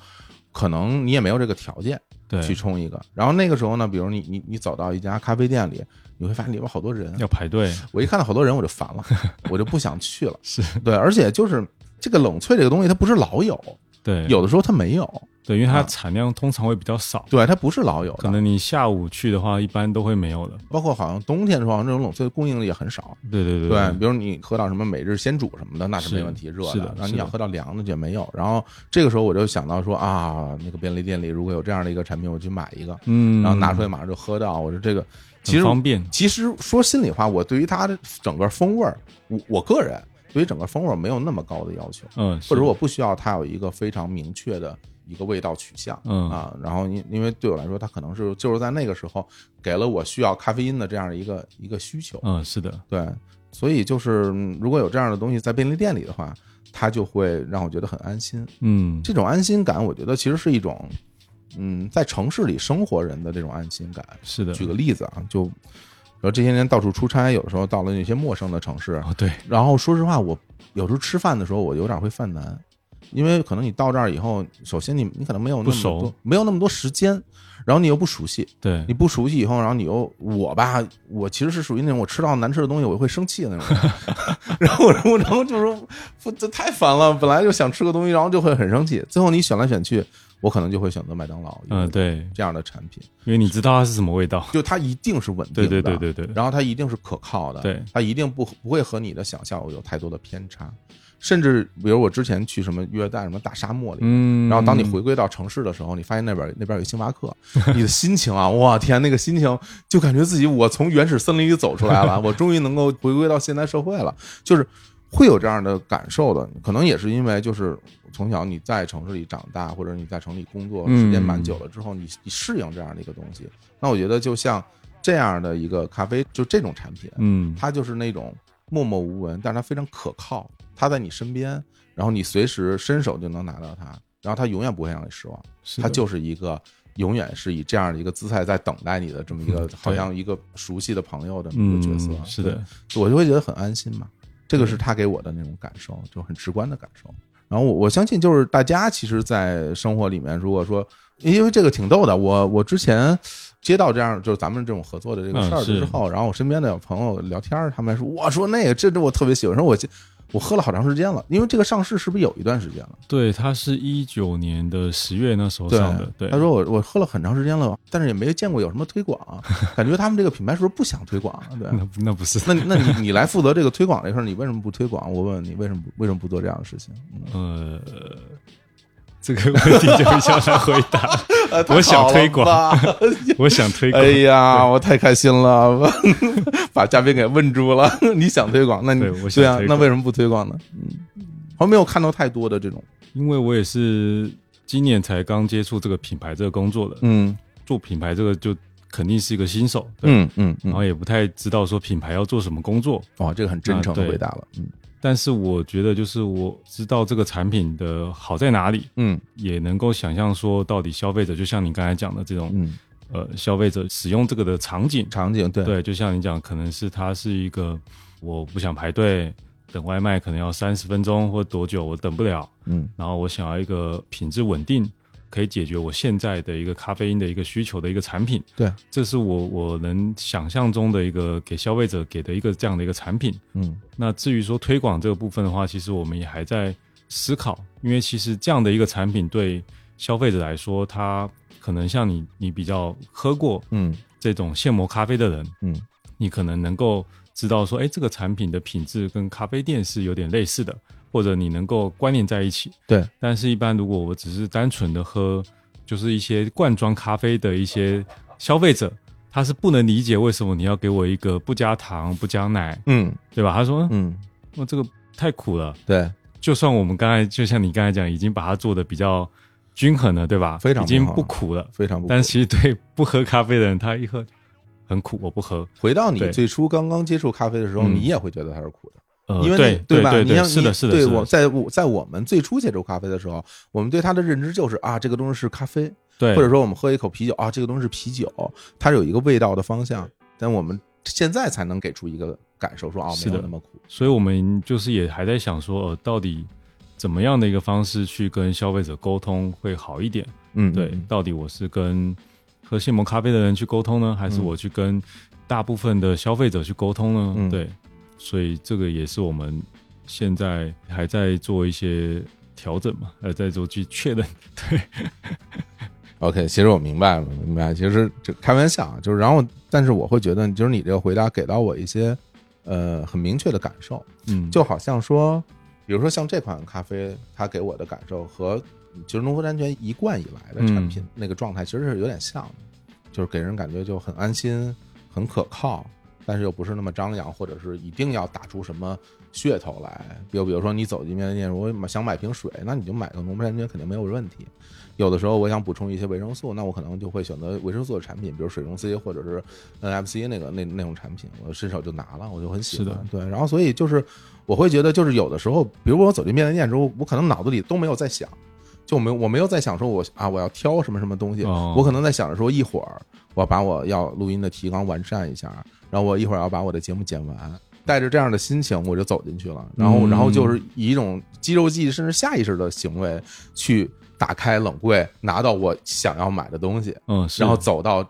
可能你也没有这个条件对，去冲一个，然后那个时候呢，比如你你你走到一家咖啡店里，你会发现里边好多人，要排队。我一看到好多人我就烦了， 我就不想去了， 是对，而且就是。这个冷萃这个东西，它不是老有，对，有的时候它没有，对，因为啊它产量通常会比较少，对，它不是老有可的，能你下午去的话，一般都会没有的。包括好像冬天的时候，好像这种冷萃供应的也很少。对对对，比如你喝到什么每日鲜煮什么的，那是没问题，热是的然后你是的想喝到凉的就没有。然后这个时候我就想到说啊，那个便利店里如果有这样的一个产品，我去买一个，嗯，然后拿出来马上就喝到。我说这个其很实方便。其实说心里话，我对于它的整个风味儿，我我个人对于整个风味儿没有那么高的要求。嗯，是或者我不需要它有一个非常明确的一个味道取向，嗯啊，然后因因为对我来说，它可能是就是在那个时候给了我需要咖啡因的这样的一个一个需求，嗯，是的，对，所以就是嗯如果有这样的东西在便利店里的话，它就会让我觉得很安心。嗯，这种安心感，我觉得其实是一种，嗯，在城市里生活人的这种安心感。是的。举个例子啊，就然后这些年到处出差，有的时候到了那些陌生的城市，哦，对，然后说实话，我有时候吃饭的时候，我有点会犯难，因为可能你到这儿以后，首先你你可能没有那么不熟多，没有那么多时间，然后你又不熟悉，对你不熟悉以后，然后你又我吧，我其实是属于那种我吃到难吃的东西我会生气的那种人， 然后然后然后就说不这太烦了，本来就想吃个东西，然后就会很生气，最后你选来选去，我可能就会选择麦当劳，嗯，对，这样的产品，因为你知道它是什么味道，就它一定是稳定对的，对对对对，然后它一定是可靠的，对，它一定不不会和你的想象有太多的偏差，甚至比如我之前去什么约旦什么大沙漠里，嗯，然后当你回归到城市的时候，你发现那边那边有星巴克，你的心情啊， 哇天，那个心情就感觉自己我从原始森林里走出来 了，我终于能够回归到现代社会了，就是会有这样的感受的。可能也是因为就是从小你在城市里长大，或者你在城市里工作时间蛮久了之后，你你适应这样的一个东西。那我觉得就像这样的一个咖啡，就这种产品，嗯，它就是那种默默无闻，但是它非常可靠，它在你身边，然后你随时伸手就能拿到它，然后它永远不会让你失望，是它的就是一个永远是以这样的一个姿态在等待你的这么一个嗯对好像一个熟悉的朋友的一个嗯角色，是的，对，我就会觉得很安心嘛。这嗯个是他给我的那种感受，就很直观的感受。然后我我相信，就是大家其实，在生活里面，如果说因为这个挺逗的，我我之前接到这样就是咱们这种合作的这个事儿嗯是之后，然后我身边的朋友聊天儿，他们还说哇，说那个这这我特别喜欢，说我我喝了好长时间了，因为这个上市是不是有一段时间了？对，它是一九年的十月那时候对上的，对，他说我我喝了很长时间了，但是也没见过有什么推广，啊感觉他们这个品牌是不是不想推广啊？对， 那不那不是，那你那你你来负责这个推广这事儿，你为什么不推广？我问问你，为什么不为什么不做这样的 事情？呃，这个问题就比较难回答。 我想推广太呃好了吧。我想 推广，哎呀，我太开心了，把嘉宾给问住了。 你想推广，那你对我想对啊推，那广为什么不推广呢？嗯，好像没有看到太多的这种，因为我也是今年才刚接触这个品牌这个工作的，嗯做品牌这个就肯定是一个新手，对，嗯嗯嗯。然后也不太知道说品牌要做什么工作，哇，这个很真诚的啊对回答了，嗯但是我觉得就是我知道这个产品的好在哪里，嗯也能够想象说到底消费者就像你刚才讲的这种、嗯，呃消费者使用这个的场景，场景对对，就像你讲，可能是它是一个我不想排队等外卖，可能要三十分钟或多久，我等不了。嗯然后我想要一个品质稳定，可以解决我现在的一个咖啡因的一个需求的一个产品，对，这是我我能想象中的一个给消费者给的一个这样的一个产品。嗯那至于说推广这个部分的话，其实我们也还在思考，因为其实这样的一个产品对消费者来说，它可能像你你比较喝过嗯这种现磨咖啡的人，嗯你可能能够知道说，哎，这个产品的品质跟咖啡店是有点类似的，或者你能够关联在一起。对，但是，一般如果我只是单纯的喝，就是一些罐装咖啡的一些消费者，他是不能理解为什么你要给我一个不加糖、不加奶，嗯对吧？他说，嗯，我、这个太苦了。对，就算我们刚才，就像你刚才讲，已经把它做的比较均衡了，对吧？非常已经平衡不苦了。非常不但是其实对不喝咖啡的人，他一喝很苦，我不喝。回到你对最初刚刚接触咖啡的时候，嗯你也会觉得它是苦的，呃，因为对你对吧？对你像你是的，是的，对是的我在我在我们最初接触咖啡的时候，我们对它的认知就是啊，这个东西是咖啡，对，或者说我们喝一口啤酒啊，这个东西是啤酒，它有一个味道的方向，但我们现在才能给出一个感受，说啊，是没的有那么苦，所以我们就是也还在想说，呃，到底怎么样的一个方式去跟消费者沟通会好一点？嗯对，到底我是跟喝现磨咖啡的人去沟通呢，还是嗯我去跟大部分的消费者去沟通呢？嗯对，所以这个也是我们现在还在做一些调整嘛，还在做去确认。对， OK，其实我明白了，明白。其实这开玩笑啊，就是然后，但是我会觉得，就是你这个回答给到我一些呃很明确的感受，嗯，就好像说，比如说像这款咖啡，它给我的感受和就是农夫山泉一贯以来的嗯产品、那个状态，其实是有点像的，就是给人感觉就很安心、很可靠，但是又不是那么张扬，或者是一定要打出什么噱头来。比如，比如说你走进面店，我买想买瓶水，那你就买个农夫山泉，肯定没有问题。有的时候我想补充一些维生素，那我可能就会选择维生素的产品，比如水溶 C 或者是 NFC 那个那那种产品，我伸手就拿了，我就很喜是欢的。对，然后所以就是我会觉得，就是有的时候，比如我走进便利店之后，我可能脑子里都没有在想，就没有我没有在想说我啊我要挑什么什么东西，哦我可能在想着说一会儿我要把我要录音的提纲完善一下，然后我一会儿要把我的节目剪完。带着这样的心情，我就走进去了。然后，嗯然后就是以一种肌肉记忆甚至下意识的行为去打开冷柜，拿到我想要买的东西，嗯，是然后走到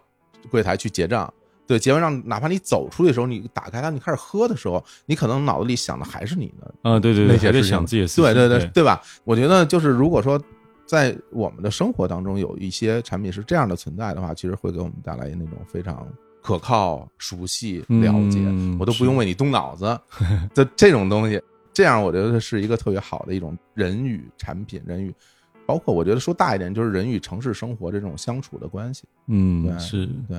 柜台去结账。对，结完账，哪怕你走出去的时候，你打开它，你开始喝的时候，你可能脑子里想的还是你的啊，对对那对，些还事在情想自己的事情，对对对对，对吧？我觉得就是如果说在我们的生活当中有一些产品是这样的存在的话，其实会给我们带来那种非常可靠、熟悉、了解，嗯我都不用为你动脑子的这种东西。这样我觉得是一个特别好的一种人与产品、人与包括我觉得说大一点就是人与城市生活这种相处的关系。对嗯，是，对，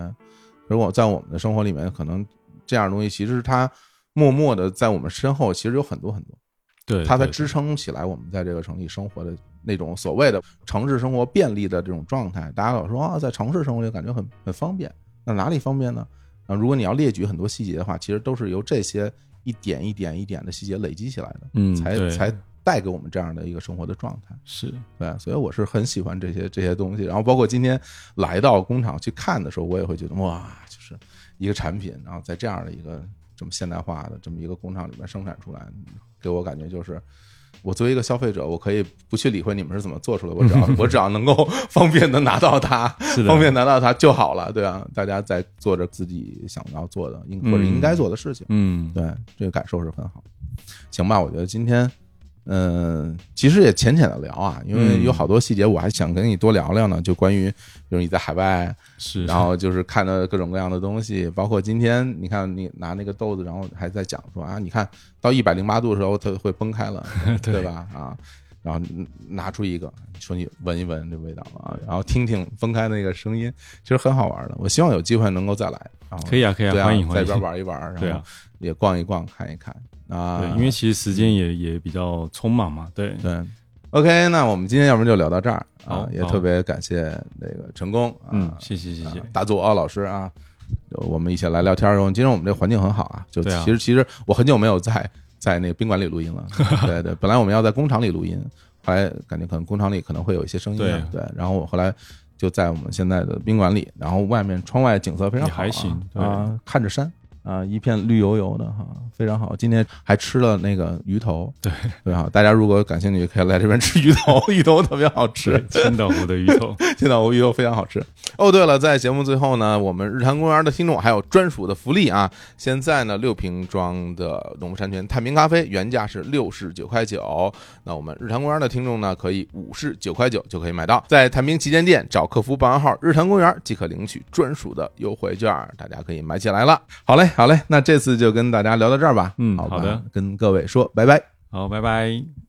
如果在我们的生活里面，可能这样的东西其实是它默默的在我们身后，其实有很多很多。对，它才对支撑起来我们在这个城里生活的那种所谓的城市生活便利的这种状态。大家老说啊，在城市生活里感觉很很方便，那哪里方便呢？啊，如果你要列举很多细节的话，其实都是由这些一点一点一点的细节累积起来的，嗯，才对才带给我们这样的一个生活的状态。是，对，所以我是很喜欢这些这些东西。然后包括今天来到工厂去看的时候，我也会觉得哇，就是一个产品，然后在这样的一个这么现代化的这么一个工厂里面生产出来，给我感觉就是。我作为一个消费者，我可以不去理会你们是怎么做出来，我只要我只要能够 方便的拿到它，是的，方便拿到它就好了，对啊，大家在做着自己想要做的，应或者应该做的事情。嗯，对，这个感受是很好。行吧，我觉得今天，嗯、其实也浅浅的聊啊，因为嗯有好多细节我还想跟你多聊聊呢，就关于就是你在海外，是，然后就是看到各种各样的东西，包括今天你看你拿那个豆子，然后还在讲说啊，你看到一百零八度的时候它会崩开了，对 对吧？啊。然后拿出一个，说你闻一闻这味道啊，然后听听分开那个声音，其实很好玩的。我希望有机会能够再来，然后可以啊，可以啊对，啊欢迎，在欢边迎，玩一玩，对然后啊也逛一逛，看一看啊对，，因为其实时间也也比较匆忙嘛，对，对。OK，那我们今天要不然就聊到这儿啊好，也好特别感谢那个成功啊，嗯，谢谢谢谢啊，大左老师啊，我们一起来聊天儿。然后今天我们这环境很好啊，就对啊其实其实我很久没有在在那个宾馆里录 音了，对对，本来我们要在工厂里录音，后来感觉可能工厂里可能会有一些声音啊，对，然后我后来。就在我们现在的宾馆里，然后外面窗外景色非常好、啊，也还行对啊，看着山啊，一片绿油油的哈、非常好。今天还吃了那个鱼头，对对啊，大家如果感兴趣，可以来这边吃鱼 头，鱼头特别好吃对，。青岛湖的鱼头，青岛无鱼肉非常好吃。哦，对了，在节目最后呢，我们日坛公园的听众还有专属的福利啊！现在呢，六瓶装的农夫山泉探明咖啡原价是六十九块九，那我们日坛公园的听众呢，可以五十九块九就可以买到。在探明旗舰店找客服报暗号“日坛公园”即可领取专属的优惠券，大家可以买起来了。好嘞，好嘞，那这次就跟大家聊到这儿吧。嗯好吧好的，跟各位说拜拜。好，拜拜。